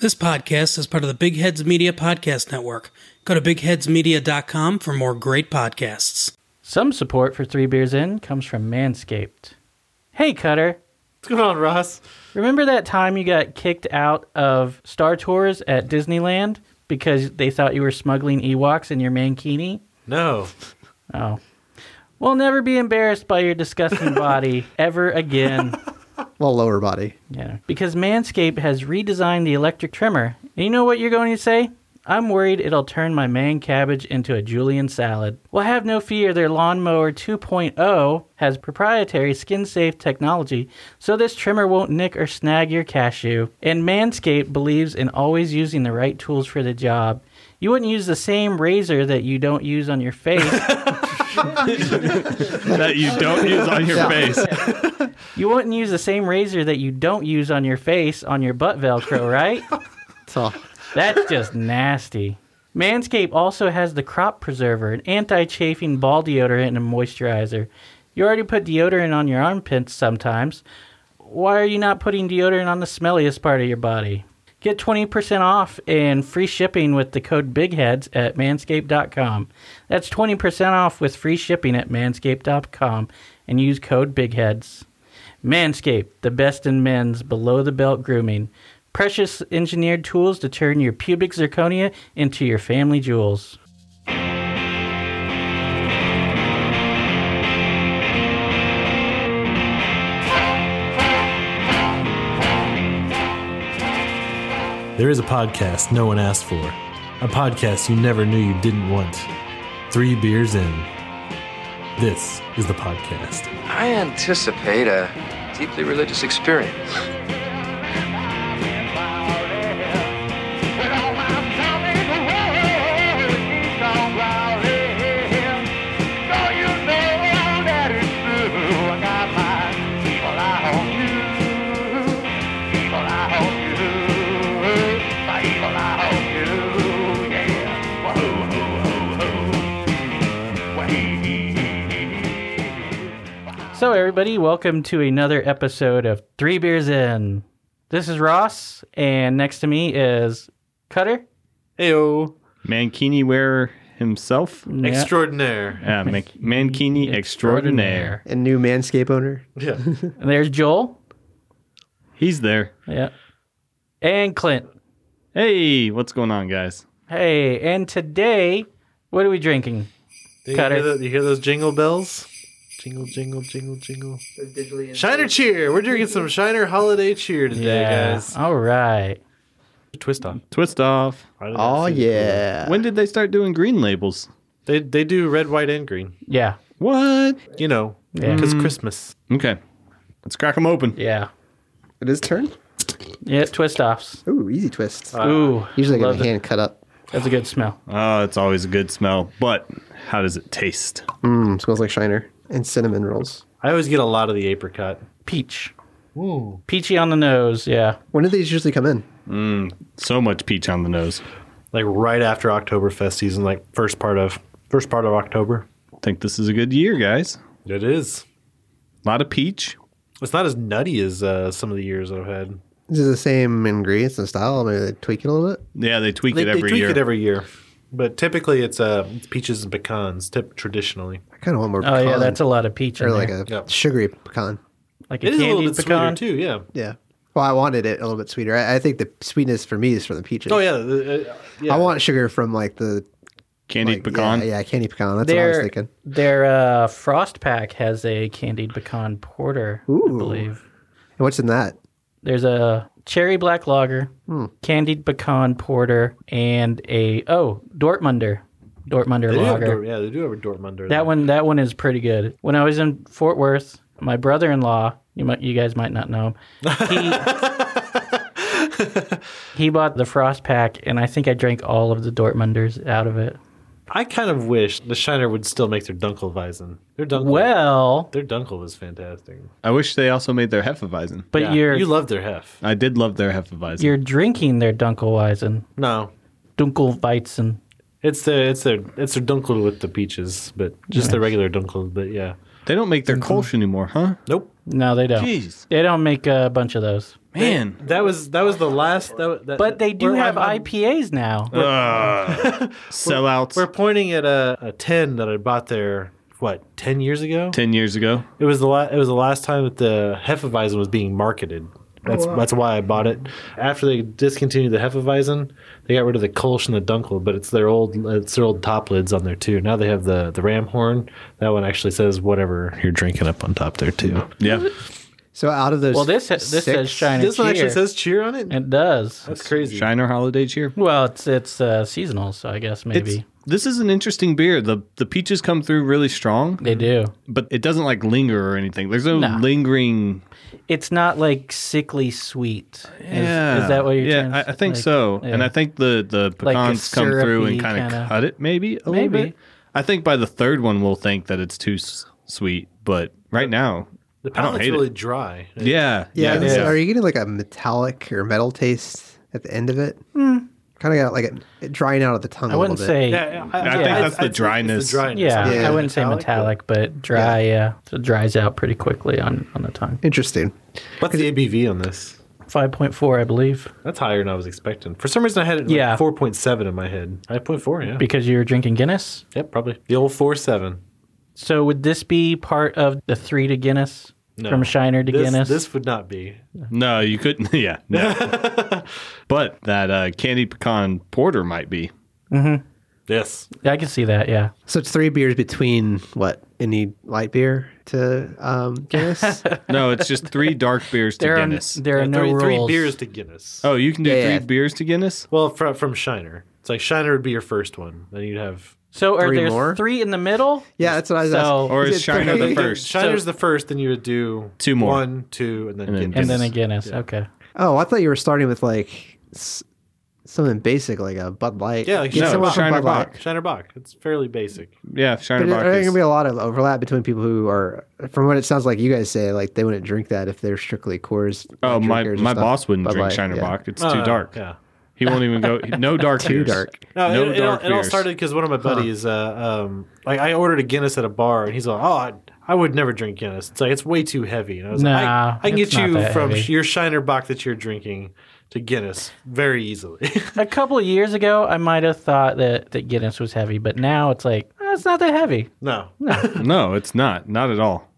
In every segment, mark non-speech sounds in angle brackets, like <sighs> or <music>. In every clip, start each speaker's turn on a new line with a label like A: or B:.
A: This podcast is part of the Big Heads Media Podcast Network. Go to bigheadsmedia.com for more great podcasts.
B: Some support for Three Beers In comes from Manscaped. Hey, Cutter.
C: What's going on, Ross?
B: Remember that time you got kicked out of Star Tours at Disneyland because they thought you were smuggling Ewoks in your mankini?
C: No.
B: Oh. We'll never be embarrassed by your disgusting body ever again.
D: Well, lower body.
B: Yeah. Because Manscaped has redesigned the electric trimmer. And you know what you're going to say? I'm worried it'll turn my man cabbage into a Julian salad. Well, have no fear, their lawnmower 2.0 has proprietary skin safe technology, so this trimmer won't nick or snag your cashew. And Manscaped believes in always using the right tools for the job. You wouldn't use the same razor that you don't use on your face.
E: that you don't use on your face.
B: you wouldn't use the same razor that you don't use on your face on your butt Velcro, right?
D: So,
B: That's just nasty. Manscaped also has the crop preserver, an anti chafing ball deodorant, and a moisturizer. You already put deodorant on your armpits sometimes. Why are you not putting deodorant on the smelliest part of your body? Get 20% off and free shipping with the code BIGHEADS at manscaped.com. That's 20% off with free shipping at manscaped.com and use code BIGHEADS. Manscaped, the best in men's below the belt grooming. Precious engineered tools to turn your pubic zirconia into your family jewels.
C: There is a podcast no one asked for, a podcast you never knew you didn't want. Three beers in. This is the podcast.
F: I anticipate a deeply religious experience.
B: So, everybody, welcome to another episode of Three Beers In. This is Ross, and next to me is Cutter.
C: Heyo.
E: Mankini wearer himself.
C: Extraordinaire.
E: Uh, Man- Mankini extraordinaire.
D: and new Manscaped owner.
C: Yeah.
B: And there's Joel.
E: He's there.
B: Yeah. And Clint.
E: Hey, what's going on, guys?
B: Hey, and today, what are we drinking?
C: Do you,
B: Cut
C: hear
B: it.
C: tho- do you hear those jingle bells? Jingle, jingle, jingle, jingle. Shiner cheer. We're drinking some Shiner holiday cheer today, guys.
B: All right.
C: Twist off.
E: Twist off.
D: Oh, yeah.
E: When did they start doing green labels?
C: They, they do red, white, and green.
B: Yeah.
E: What?
C: You know,
B: Yeah. Mm-hmm.
C: because Christmas.
E: Okay. Let's crack them open.
B: Yeah.
D: It is turn?
B: Yeah, twist offs.
D: Ooh, easy twist.
B: Ooh.
D: Usually I get
B: Uh, love
D: my
B: it.
D: hand cut up.
B: That's a good smell.
E: Oh, it's always a good smell. But how does it taste?
D: Mm, smells like Shiner and cinnamon rolls.
C: I always get a lot of the apricot.
B: Peach. Peachy on the nose. Yeah.
D: When do these usually come in?
E: So much peach on the nose.
C: Like right after Oktoberfest season, like first part of first part of October.
E: Think this is a good year, guys.
C: It is.
E: A lot of peach.
C: It's not as nutty as uh, some of the years I've had.
D: Is it the same ingredients and style? Maybe they tweak it a little bit?
E: Yeah, they tweak
C: They,
E: it
C: they
E: every
C: tweak
E: year.
C: it every year, but typically it's uh, it's peaches and pecans. Tip traditionally,
D: I kind of want more
B: Oh,
D: pecan.
B: yeah. That's a lot of peach. in
D: Or like
B: there.
D: a
C: Yep.
D: sugary pecan.
B: like a
C: it is a little
B: candied
C: bit
B: pecan.
C: sweeter too. Yeah.
D: Yeah. Well, I wanted it a little bit sweeter. I, I think the sweetness for me is from the peaches.
C: Oh yeah. the- uh, yeah.
D: I want sugar from like the
E: Candied
D: like,
E: pecan.
D: Yeah, yeah, candy pecan. That's what I was
B: Their
D: thinking.
B: their uh, frost pack has a candied pecan porter. I
D: Ooh.
B: believe
D: And what's in that?
B: there's a cherry black lager,
D: Hmm.
B: candied pecan porter, and a oh Dortmunder Dortmunder
C: They do have a
B: lager.
C: Dort- yeah, they do have a Dortmunder.
B: That one, that one is pretty good. When I was in Fort Worth, my brother-in-law, you might, you guys might not know him,
C: <laughs>
B: he, he bought the frost pack, and I think I drank all of the Dortmunders out of it.
C: I kind of wish the Shiner would still make their Dunkelweizen. Their Dunkel.
B: Well,
C: Their Dunkel was fantastic.
E: I wish they also made their Hefeweizen.
B: but
C: Yeah.
B: you're
C: you love their Hef.
E: I did love their Hefeweizen.
B: you're drinking their Dunkelweizen,
C: No,
B: Dunkelweizen.
C: it's their it's their it's their Dunkel with the peaches, but just the regular Dunkel. But yeah,
E: They don't make their Kolsch anymore, huh?
C: nope.
B: No, they don't.
E: Jeez.
B: They don't make a bunch of those.
E: Man.
C: That was that was the last. That, wa- that,
B: But they do
C: we're-
B: have
C: I'm- Uh, I'm-
B: IPAs now.
E: Uh,
B: <laughs>
E: sellouts
C: We're pointing at a, a ten that I bought there. What ten years ago?
E: 10 years ago.
C: It was the la- it was the last time that the Hefeweizen was being marketed. That's that's why I bought it. After they discontinued the Hefeweizen, they got rid of the Kolsch and the Dunkel, but it's their old it's their old top lids on there too. Now they have the the ram horn. That one actually says whatever you're drinking up on top there too.
E: Yeah.
D: So out of those,
B: Well, this this
D: six-
B: says shiny
C: This one
B: cheer.
C: actually says cheer on it.
B: it does.
C: that's crazy.
E: Shiner Holiday Cheer.
B: Well, it's it's uh, seasonal, so I guess maybe
E: It's, this is an interesting beer. The the peaches come through really strong,
B: they do.
E: but it doesn't like linger or anything. There's no
B: Nah.
E: lingering.
B: It's not like sickly sweet. Is-
E: Yeah.
B: Is, that what you're?
E: Yeah,
B: trying to
E: I, I think
B: like-
E: so. And
B: yeah.
E: I think the the
B: Like a
E: pecans come through
B: syrupy
E: and kind
B: kinda-
E: of cut it maybe a little
B: Maybe.
E: bit. I think by the third one we'll think that it's too s- sweet, but right now,
C: The
E: I don't
C: palate's
E: hate
C: really
E: it.
C: dry.
E: Yeah.
D: yeah,
E: Yeah.
D: this- are you getting like a metallic or metal taste at the end of it?
E: Hmm.
D: Kind of got like a, drying out of the tongue.
B: I
D: a
B: wouldn't
D: little
B: say.
C: Yeah,
B: Yeah,
C: yeah,
E: I think
C: I'd-
E: that's the
C: I'd say it's
E: dryness.
C: dryness. not
D: Yeah.
B: I wouldn't say
C: metallic, but-
B: metallic, but dry. Yeah. so it dries out pretty quickly on on the tongue.
D: bit. Interesting.
C: What's the ABV on this?
B: Five point four, I believe,
C: That's higher than I was expecting. For some reason, I had it like
B: Yeah.
C: 4.7 in my head. 5.4, yeah.
B: because you were drinking Guinness.
C: yep, probably. The old 4.7.
B: So would this be part of the three to Guinness from Shiner to
C: This,
B: Guinness?
C: this would not be.
E: No, you couldn't. <laughs> Yeah,
D: <laughs>
E: no. but that uh, candy pecan porter might be.
C: Yes.
B: I can see that. Yeah,
D: So it's three beers between what any light beer to um, Guinness.
E: No, it's just three dark beers to
B: there are
E: Guinness.
B: there are no
C: three,
B: rules.
C: three beers to Guinness.
E: oh, you can do
D: Yeah,
E: three
D: yeah.
E: beers to Guinness?
C: Well, from, from Shiner. It's like Shiner would be your first one. Then you'd have.
B: So are
D: Three
B: there
D: more?
B: three in the middle?
D: <laughs> yeah, that's what I was
B: So-
D: asking.
E: Or is
D: it
E: Shiner the
D: three?
E: first?
C: Shiner's the first, then you would do
E: Two more.
C: One, two, and then
E: And then
C: Guinness.
B: and then a
E: Guinness.
B: Guinness. Okay.
D: Oh, I thought you were starting with like s- something basic, like a Bud Light.
C: Yeah, like
D: Get
C: no,
D: someone from
E: Shiner
D: Bud Light.
E: Bock.
C: Shiner Bach. It's fairly basic.
E: Yeah,
D: But
E: Shiner
D: are there
E: Bock
D: going to
E: is-
D: be a lot of overlap between people who are, from what it sounds like, you guys say, like they wouldn't drink that if they're strictly Coors.
E: Oh,
D: like,
E: my,
D: drinkers and
E: my
D: stuff.
E: boss wouldn't
D: Bud
E: drink
D: Light,
E: Shiner
D: yeah.
E: Bock. It's
C: Uh,
E: too dark.
C: Yeah.
E: He won't even go. No dark
D: Too
E: beers.
D: dark.
C: No,
E: No
C: it, it all,
E: dark
C: it all
E: beers.
C: started because one of my buddies, uh, um, like I ordered a Guinness at a bar, and he's like, "Oh, I, I would never drink Guinness. It's like it's way too heavy." And I was like,
B: Nah,
C: "I, I can
B: it's
C: get
B: not
C: you
B: that
C: from
B: heavy.
C: your Shiner Bock that you're drinking to Guinness very easily." <laughs>
B: A couple of years ago, I might have thought that, that Guinness was heavy, but now it's like, "Ah, it's not that heavy.
C: no,
E: No, it's not. Not at all.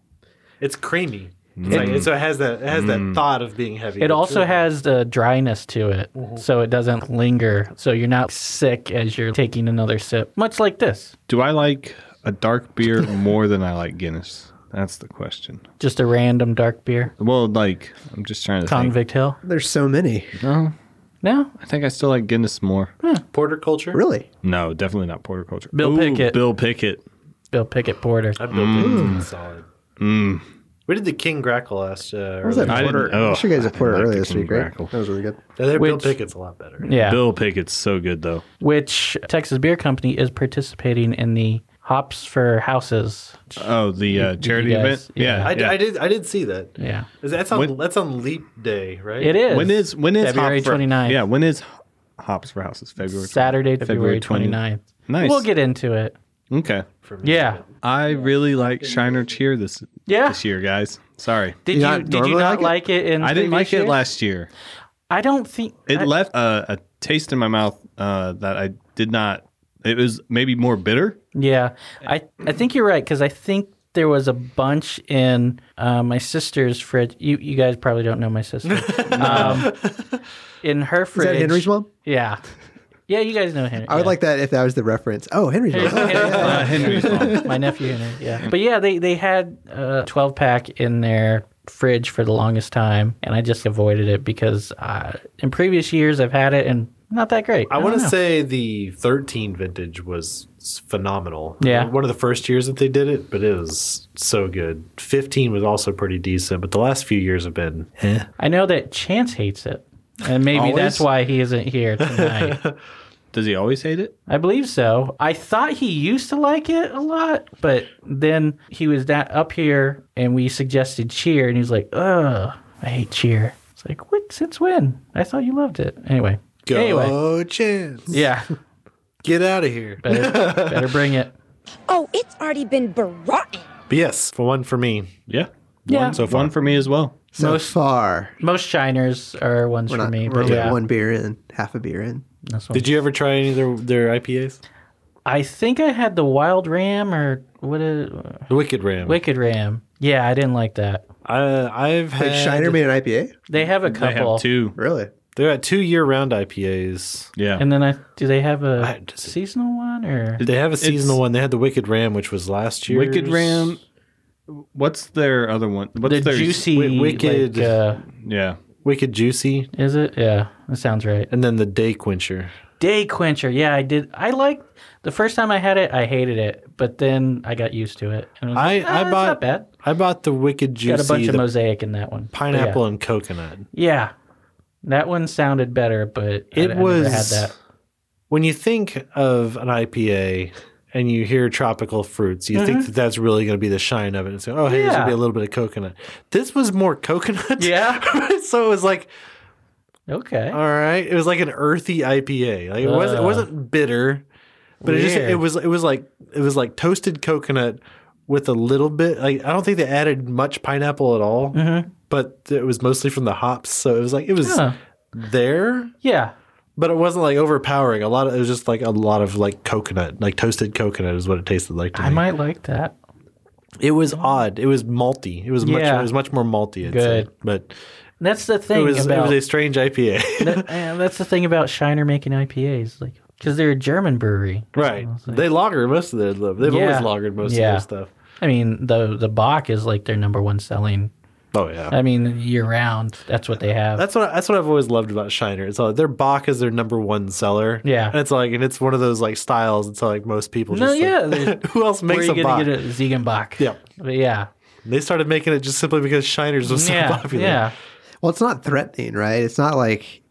C: it's creamy. It's like, it- so it has that it has that thought of being heavy.
B: It
C: It's
B: also
C: really-
B: has the dryness to it,
E: Mm-hmm.
B: so it doesn't linger. So you're not sick as you're taking another sip, much like this.
E: Do I like a dark beer <laughs> more than I like Guinness? That's the question.
B: Just a random dark beer.
E: Well, like, I'm just trying to think.
B: Convict Hill.
D: There's so many.
B: No?
E: I think I still like Guinness more.
C: porter culture.
D: Really?
E: No, definitely not Porter Culture.
B: Bill Pickett.
E: Bill Pickett.
B: Bill Pickett Porter.
C: I built it. It's solid. We did the King Grackle last. Uh,
D: What was that
C: earlier.
E: I didn't-
D: porter?
E: oh,
D: I sure you guys
E: I
D: had porter
E: didn't like
D: earlier
E: the
D: this
E: King
D: week, right?
E: Crackle.
D: That was really good.
C: Yeah, their Bill
B: Which-
C: Pickett's a lot better.
B: Yeah.
E: Bill Pickett's so good though.
B: Which Texas Beer Company is participating in the Hops for Houses.
E: Oh, the uh, charity
B: guys-
E: event.
B: yeah.
E: Yeah,
C: I, d-
E: yeah.
C: I did. I did see that.
B: Yeah.
C: Is that- That's on
E: When-
C: that's on Leap Day, right?
B: It is.
E: When is when is
B: February
E: Hop for-
B: 29th.
E: Yeah, when is Hops for Houses? February. 29th.
B: Saturday, February,
E: 20.
B: 29th.
E: Nice.
B: We'll get into it.
E: Okay.
B: Yeah.
E: I really like Shiner Cheer this
B: Yeah.
E: this year, guys. Sorry,
B: Did
D: You
B: you,
D: not
B: did you
D: normally
B: not
D: like
B: like it? in
E: I didn't
B: previous
E: like it
B: years?
E: last year.
B: I don't think
E: It
B: I-
E: left a, a taste in my mouth uh, that I did not. It was maybe more bitter.
B: Yeah, I I think you're right because I think there was a bunch in uh, my sister's fridge. You you guys probably don't know my
E: <laughs>
B: sister. um, in her
D: Is
B: fridge,
D: that Henry's mom?
B: Yeah, yeah, you guys know Henry.
D: I would like that if that was the reference. Oh, Henry's mom. Oh, <laughs> yeah.
E: Uh, Henry's mom.
B: <laughs> my nephew Henry. Yeah, but yeah, they they had a 12 pack in their fridge for the longest time, and I just avoided it because uh, in previous years I've had it and not that great.
C: I
B: don't
C: want to
B: know.
C: say the 13 vintage was s- phenomenal.
B: Yeah.
C: One of the first years that they did it, but it was so good. 15 was also pretty decent, but the last few years have been. eh.
B: I know that Chance hates it, and maybe that's
E: Always?
B: why he isn't here tonight.
E: Does he always hate it?
B: I believe so. I thought he used to like it a lot, but then he was that up here and we suggested cheer and he was like, Ugh, I hate cheer. It's like, what since when? I thought you loved it. Anyway.
C: Go
B: Anyway.
D: Oh,
C: chance.
B: Oh, Yeah.
C: Get out of here. But
B: Better, better bring it.
G: Oh, it's already been rotten.
C: yes, for one for me.
E: Yeah.
B: Yeah.
E: One, so one for me as well.
D: So
B: Most-
D: far,
B: Most shiners are ones
D: we're
B: for
D: not.
B: me.
D: we're
B: But
D: only
B: yeah,
D: one beer in, half a beer in.
B: that's one.
C: Did you ever try any of their, their IPAs?
B: I think I had the wild ram or what is
C: The Wicked Ram.
B: wicked ram. Yeah, I didn't like that.
C: I, I've had.
D: Wait, Shiner made an IPA?
B: They have a
E: I
B: couple.
E: have two.
D: Really?
C: They're at two year round IPAs.
E: Yeah.
B: And then I do they have a
C: I- does it-
B: seasonal one or
C: They have a seasonal
E: It's-
C: one. They had the Wicked Ram, which was last year.
E: Wicked Ram. What's their other one? What's
B: the
E: their
B: juicy
C: wi- wicked-
B: like, uh,
E: Yeah.
C: Wicked Juicy,
B: is it? Yeah, that sounds right.
C: and then the Day Quencher.
B: Day quencher. Yeah, I did. I liked the first time I had it. I hated it, but then I got used to it. And was
C: I-
B: like,
C: I
B: "Ah, it's
C: bought
B: not bad.
C: I bought the Wicked Juicy,
B: Got a bunch of
C: the
B: mosaic in that one. But
C: pineapple and coconut.
B: Yeah. yeah, that one sounded better, but I- I
C: It
B: never
C: was
B: had
C: <laughs>
B: that.
C: when you think of an IPA and you hear tropical fruits, you think that that's really going to be the shine of it. And say, oh, hey, there's going
B: Mm-hmm. Yeah.
C: to be a little bit of coconut. This was more coconut.
B: Yeah.
C: <laughs> so it was like,
B: Okay.
C: all right, it was like an earthy IPA. Like it wasn't, it
B: Uh.
C: wasn't bitter, but it just
B: Weird.
C: it was it was like it was like toasted coconut with a little bit. Like I don't think they added much pineapple at all, but it was mostly from the hops. So it was like it was
B: Mm-hmm. Huh.
C: there
B: Yeah.
C: but it wasn't like overpowering. A lot of it was just like a lot of like coconut, like toasted coconut is what it tasted like to
B: I
C: me.
B: might like that.
C: it was odd. It was malty. It was much.
B: Yeah.
C: It was much more malty. I'd
B: Good.
C: say. but
B: That's the
C: it
B: thing
C: was
B: about
C: it was a strange IPA. <laughs>
B: that- eh, that's the thing about Shiner making IPAs, like because they're a German brewery.
C: right? They lager most of their stuff. They've
B: Yeah.
C: always lagered most
B: Yeah.
C: of their stuff.
B: I mean, the the Bach is like their number one selling.
C: Oh yeah.
B: I mean, year round, that's what they have.
C: that's what that's what I've always loved about Shiner. It's like their Bach is their number one seller.
B: Yeah.
C: and it's like and it's one of those like styles. It's like most people.
B: No,
C: Just
B: yeah,
C: like,
B: there's-
C: <laughs> who else
B: Where are
C: makes
B: you
C: a Bach?
B: gonna get a Ziegenbach?
C: Yeah.
B: but yeah,
C: They started making it just simply because Shiners was so
B: yeah,
C: popular.
B: yeah.
D: Well, it's not threatening, right? It's not like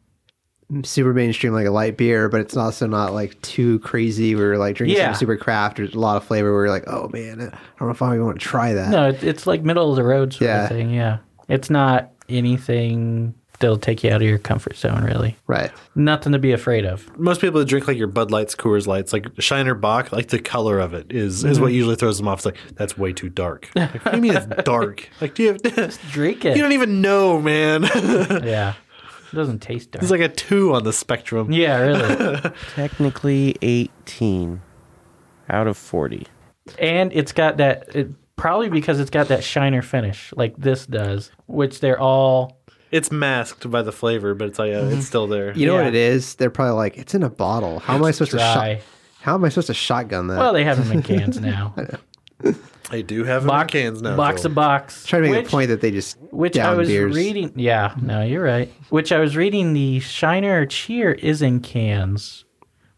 D: super mainstream like a light beer, but it's also not like too crazy. We're like drinking
B: Yeah.
D: some super craft. There's a lot of flavor. We're like, oh man, I don't know if I even want to try that.
B: No, it, it's like middle of the road sort
D: Yeah.
B: of thing. Yeah, it's not anything that'll take you out of your comfort zone. Really,
D: Right.
B: nothing to be afraid of.
C: most people that drink like your Bud Lights, Coors Lights, like Shiner Bock, like the color of it is is
B: Mm-hmm.
C: what usually throws them off. It's like that's way too dark. Like, what do you mean it's
B: <laughs>
C: dark? Like do you have, <laughs>
B: Drink it.
C: you don't even know, man. <laughs> it's
B: yeah, it doesn't taste dark.
C: like a two on the spectrum.
B: yeah, really.
C: <laughs>
G: Technically 18 out of 40.
B: and it's got that it, probably because it's got that shiner finish like this does which they're all
C: It's masked by the flavor, but it's like uh, it's still there.
D: You know what
B: Mm-hmm. Yeah.
D: it is? They're probably like, it's in a bottle. How am I supposed to
B: dry
D: shot? How am I supposed to shotgun that?
B: well they have them in
D: <laughs>
B: cans now
C: I do have
B: box,
C: box, cans now.
B: box
C: Joel.
B: of box
D: Try to make
B: which,
D: the point that they just
B: which
D: down
B: i was
D: beers.
B: reading yeah no you're right which i was reading the shiner cheer is in cans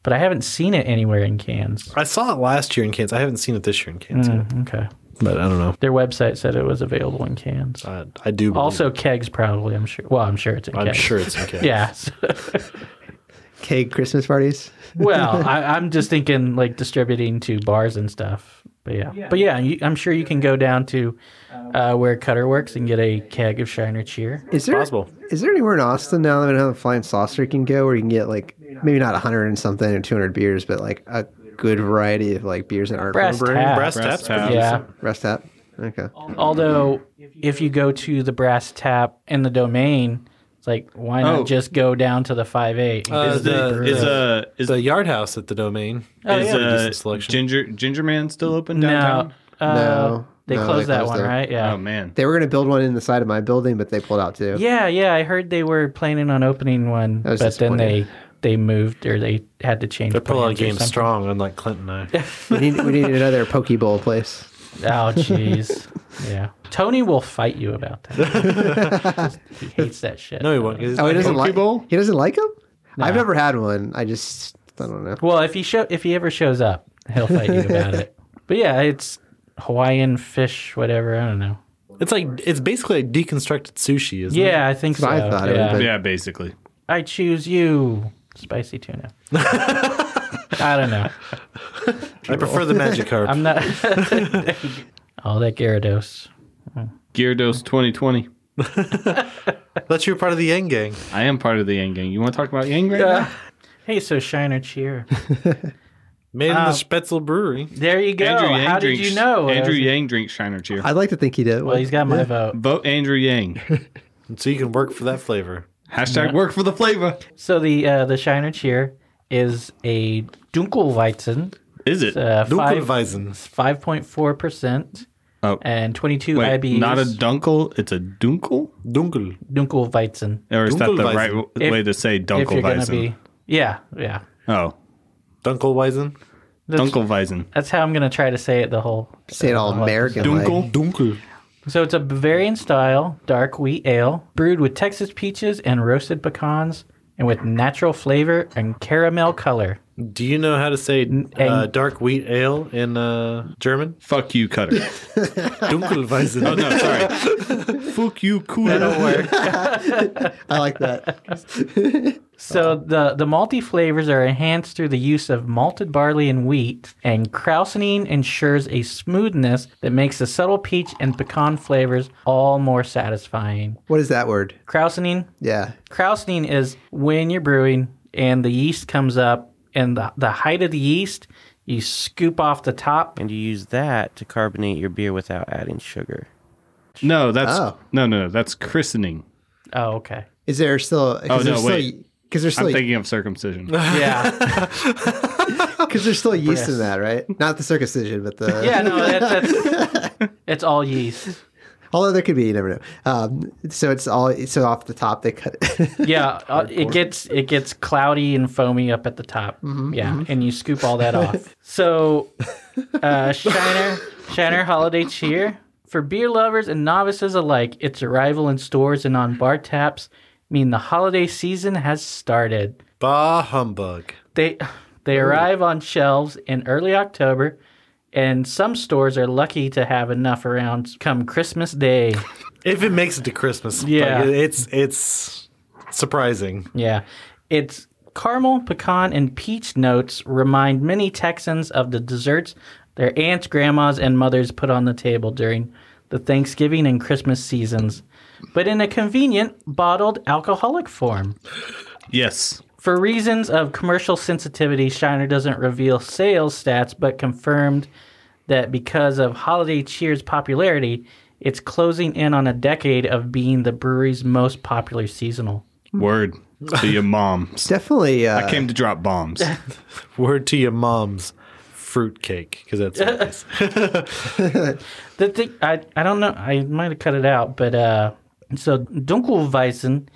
B: but i haven't seen it anywhere in cans Mm-hmm,
C: I saw it last year in cans. I haven't seen it this year in cans, yet,
B: okay
C: but I don't know.
B: their website said it was available in cans
C: I, I do. believe-
B: also kegs probably i'm sure well i'm sure it's in
C: I'm
B: kegs
C: sure it's in cans.
B: yeah so- <laughs>
D: keg Christmas parties.
B: well, I, I'm just thinking like distributing to bars and stuff. But yeah, but yeah, you, I'm sure you can go down to uh, where Cutter works and get a keg of Shiner Cheer.
D: Is there
C: Possible.
D: is there anywhere in Austin now that we know the flying saucer can go where you can get like maybe not hundred and something or two hundred beers, but like a good variety of like beers that aren't from a
B: Brass
D: brewery?
B: Tap.
C: Brass,
E: Brass
C: taps.
E: Tap.
B: Yeah.
D: Rest up. Okay.
B: Although if you go to the Brass Tap and the Domain, it's like why not
E: Oh.
B: just go down to the Five Eight?
C: Uh,
E: Is the is uh
B: Oh,
E: is,
C: The Yard House at the Domain.
E: is
C: Pretty
E: uh,
C: decent selection.
E: ginger ginger man still open downtown?
B: no, uh,
D: No.
B: they
D: No, they
B: closed that
D: closed
B: one,
D: it.
B: right? Yeah.
E: Oh man.
D: They were going to build one in the side of my building, but they pulled out too.
B: Yeah, yeah, I heard they were planning on opening one,
D: was
B: but then they
D: disappointing.
B: they moved or they had to change.
C: They're pulling out
B: plans or
C: games
B: something.
C: strong, unlike Clinton and
B: <laughs>
C: I.
D: We need, we need another Poke Bowl place.
C: <laughs>
B: Oh, jeez. yeah. Tony will fight you about that. he hates that shit.
C: No, he won't. 'cause he's
D: Oh, he
C: like,
D: doesn't like
E: Bowl?
D: He doesn't like them? I've never had one. I just, I don't know.
B: Well, if he show if he ever shows up, he'll fight you about
D: <laughs>
B: it. But yeah, it's Hawaiian fish, whatever. I don't know.
C: It's like it's basically like deconstructed sushi, isn't it?
B: Yeah, I think so.
D: what I thought it
B: yeah.
D: would've
E: Yeah, basically.
B: I choose you, spicy
D: <laughs>
B: tuna. I don't know.
C: I prefer the magic carp.
B: I'm
D: <laughs>
B: not. All that Gyarados.
E: Gyarados 2020.
C: That's you're part of the Yang Gang.
E: I am part of the Yang Gang. You want to talk about Yang right now?
B: Hey, so Shiner Cheer.
C: Made in
B: Uh,
C: the Spetzel Brewery.
B: There you go.
E: Andrew Yang
B: How
E: drinks,
B: did you know?
E: Andrew
B: As-
E: Yang drinks Shiner Cheer.
D: I'd like to think he did.
B: Well, he's got my vote.
E: Vote
B: <laughs>
E: Andrew Yang.
C: So you can work for that flavor.
E: Hashtag work for the flavor.
B: So the uh, the Shiner Cheer is a Dunkelweizen,
E: Is it?
B: uh, five
C: Dunkelweizen.
B: five point four percent
E: oh,
B: and twenty two
E: wait,
B: IBUs.
E: not a dunkel. It's a dunkel.
C: Dunkel.
B: Dunkelweizen.
E: Or is that the
C: Dunkelweizen.
E: right w- way
B: If-
E: to say
B: If you're gonna
E: dunkelweizen?
B: be, yeah, yeah.
E: Oh,
C: Dunkelweizen.
B: That's-
E: dunkelweizen.
B: That's how I'm gonna try to say it the whole.
D: Say it all American. Like.
E: Dunkel.
C: Dunkel.
B: So it's a Bavarian style dark wheat ale brewed with Texas peaches and roasted pecans, and with natural flavor and caramel color.
C: Do you know how to say uh,
B: and-
C: dark wheat ale in uh, German?
E: Fuck you, Cutter.
B: <laughs>
C: Dunkelweizen.
E: oh no, sorry. Fuck you, Cutter.
D: I like that.
B: So the the malty flavors are enhanced through the use of malted barley and wheat, and krausening ensures a smoothness that makes the subtle peach and pecan flavors all more satisfying.
D: What is that word?
B: Krausening,
D: Yeah.
B: krausening is when you're brewing and the yeast comes up, and the the height of the yeast, you scoop off the top.
G: And you use that to carbonate your beer without adding sugar.
E: No, that's
D: Oh.
E: no, no, no. That's christening.
B: Oh, okay.
D: Is there still?
E: Oh,
D: Cause there's
E: no,
D: still,
E: wait.
D: Because there's
E: I'm
D: still <laughs>
E: thinking of circumcision.
B: <laughs> Yeah,
D: because there's still yeast in that, right? Not the circumcision, but the
B: <laughs> yeah. No, that, that's it's all yeast.
D: Although there could be, you never know. Um, so it's all so off the top they cut. it. <laughs>
B: Yeah, uh, it gets it gets cloudy and foamy up at the top. yeah, and you scoop all that off. So, uh, Shiner Shiner Holiday Cheer for beer lovers and novices alike. Its arrival in stores and on bar taps mean the holiday season has started.
C: Bah humbug.
B: They they arrive on shelves in early October, and some stores are lucky to have enough around come Christmas Day.
C: If it makes it to Christmas,
B: Yeah.
C: like, it's it's surprising.
B: Yeah. It's caramel, pecan, and peach notes remind many Texans of the desserts their aunts, grandmas, and mothers put on the table during the Thanksgiving and Christmas seasons, but in a convenient bottled alcoholic form.
E: Yes.
B: For reasons of commercial sensitivity, Shiner doesn't reveal sales stats, but confirmed that because of Holiday Cheer's popularity, it's closing in on a decade of being the brewery's most popular seasonal.
E: Word to your mom.
D: Definitely. Uh,
E: I came to drop bombs.
C: Word to your mom's fruitcake because that's what it is.
B: The thing I, I don't know I might have cut it out, but uh, so Dunkelweizen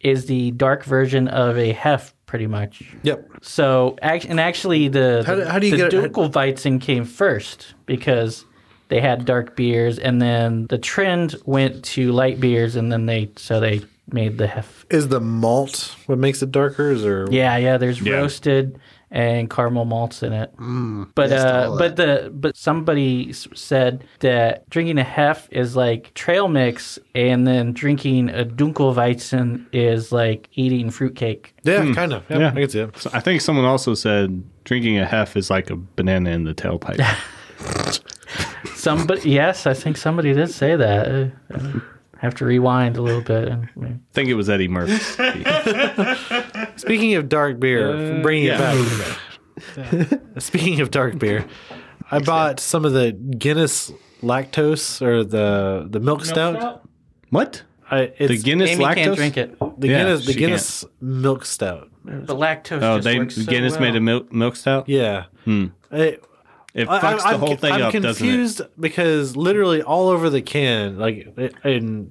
B: is the dark version of a hef, pretty much.
C: Yep.
B: So act- and actually the
C: How do- how do you
B: the
C: get it-
B: Dunkelweizen came first because they had dark beers, and then the trend went to light beers, and then they so they made the hef.
C: Is the malt what makes it darker? Is there
B: Yeah, yeah. There's
E: Yeah.
B: roasted and caramel malts in it.
C: Mm,
B: But uh, but the but somebody s- said that drinking a hef is like trail mix, and then drinking a Dunkelweizen is like eating fruitcake.
C: Yeah, kind of. Yeah,
E: Hmm. Yeah.
C: I can see it.
E: So I think someone also said drinking a hef is like a banana in
B: <laughs>
E: the tailpipe.
B: Somebody, yes, I think somebody did say that. Uh, I have to rewind a little bit. And,
E: I think it was Eddie <laughs> Murphy.
C: Speaking of dark beer, bringing
E: yeah.
C: <laughs> it back. Speaking of dark beer, I bought some of the Guinness lactose or the the milk, stout.
E: what?
C: I, it's
E: The Guinness
B: Amy
E: lactose.
B: can't drink it,
C: The
E: Yeah,
C: Guinness, the
E: she
C: Guinness milk stout.
B: but lactose.
E: Oh,
B: just
E: they
B: works so
E: Guinness
B: well.
E: made a milk milk stout.
C: Yeah.
E: Hmm.
C: It-
E: It
C: I-
E: fucks
C: I-
E: the whole thing
C: I'm
E: up, doesn't it?
C: confused because literally all over the can, like, it- and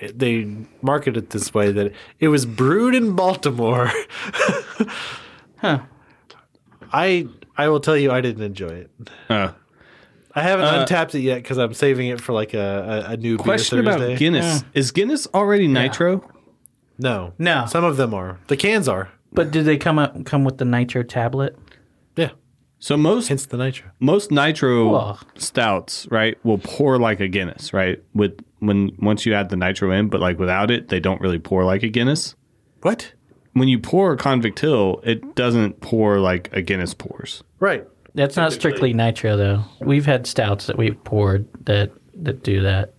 C: it- they market it this way that it was brewed in Baltimore. <laughs>
B: Huh.
C: I I will tell you, I didn't enjoy it.
E: Uh,
C: I haven't untapped it yet because I'm saving it for like a, a, a new
E: question
C: beer
E: about
C: Thursday.
E: Guinness: Is Guinness already nitro?
C: No,
B: No.
C: Some of them are. The cans are.
B: But did they come up come with the nitro tablet?
C: Yeah.
E: So most
C: Hence the nitro.
E: most nitro
B: Whoa.
E: stouts, right, will pour like a Guinness, right? With when once you add the nitro in, but like without it, they don't really pour like a Guinness.
C: What?
E: When you pour a Convict Hill, it doesn't pour like a Guinness pours.
C: Right.
B: That's not strictly nitro though. We've had stouts that we've poured that that do that.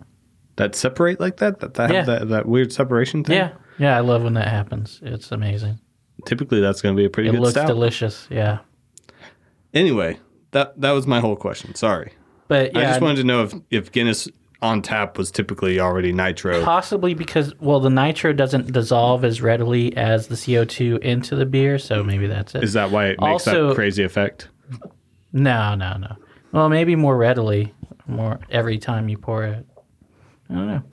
E: That separate like that? That that,
B: Yeah.
E: that, that weird separation thing?
B: Yeah. Yeah, I love when that happens. It's amazing.
E: Typically, that's going to be a pretty
B: It
E: good
B: looks
E: stout.
B: delicious. Yeah.
E: Anyway, that that was my whole question. Sorry.
B: But yeah,
E: I just wanted to know if, if Guinness on tap was typically already nitro.
B: possibly because well, the nitro doesn't dissolve as readily as the CO two into the beer, so maybe that's it.
E: Is that why it makes
B: Also-
E: that crazy effect?
B: No, no, no. Well, maybe more readily, more every time you pour it. I don't know,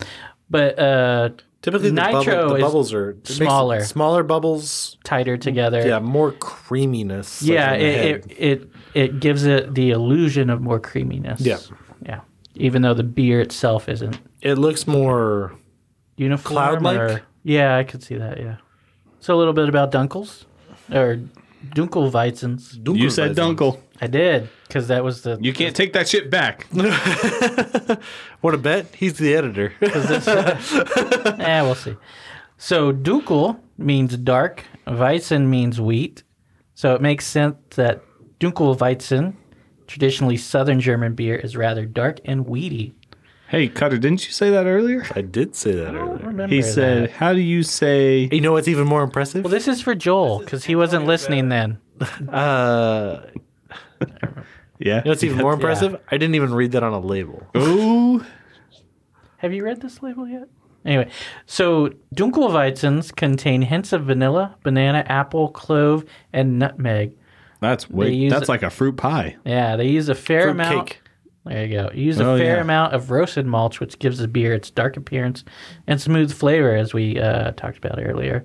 B: but uh,
C: Typically, the, bubble-
B: Nitro
C: the
B: is
C: bubbles are it makes
B: smaller.
C: Smaller bubbles.
B: tighter together.
C: Yeah, more creaminess. like,
B: yeah.
C: in the head.
B: It, it it it gives it the illusion of more creaminess.
C: Yeah.
B: yeah. Even though the beer itself isn't
C: it looks more.
B: uniform.
C: Cloud-like?
B: or- yeah, I could see that. Yeah. So a little bit about Dunkels or Dunkelweizens.
E: You said Dunkel.
B: I did because that was the
E: You can't take that shit back.
C: What a bet! He's the editor.
B: <laughs> Yeah, Eh, we'll see. So dunkel means dark, weizen means wheat. So it makes sense that dunkelweizen, traditionally southern German beer, is rather dark and wheaty.
E: Hey, Cutter, didn't you say that earlier?
C: <laughs> I did say that earlier.
B: Remember
E: He
B: that.
E: said, How do you say
C: You know what's even more impressive?
B: Well, this is for Joel because he wasn't listening then.
C: uh, you
E: Yeah.
C: know what's even more impressive? I didn't even read that on a label.
E: Ooh.
B: Have you read this label yet? Anyway, so dunkelweizens contain hints of vanilla, banana, apple, clove, and nutmeg.
E: That's
B: They
E: way
B: use
E: that's
B: it-
E: like a fruit pie.
B: Yeah, they use a fair
C: Fruit
B: amount.
C: cake.
B: There you go. You use a
E: Oh,
B: fair
E: yeah.
B: amount of roasted mulch, which gives the beer its dark appearance and smooth flavor, as we uh, talked about earlier.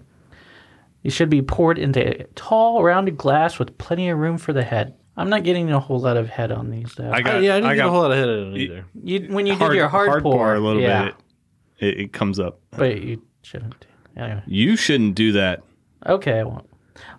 B: It should be poured into a tall, rounded glass with plenty of room for the head. I'm not getting a whole lot of head on these, though.
E: I
C: I,
E: got
C: Uh, yeah, I didn't get
E: got
C: a whole lot of head in it either.
B: you, when you
E: hard,
B: did your hard,
E: hard pour, a little
B: yeah,
E: bit. It, it, it comes up.
B: but you shouldn't. Anyway.
E: You shouldn't do that.
B: Okay, I won't.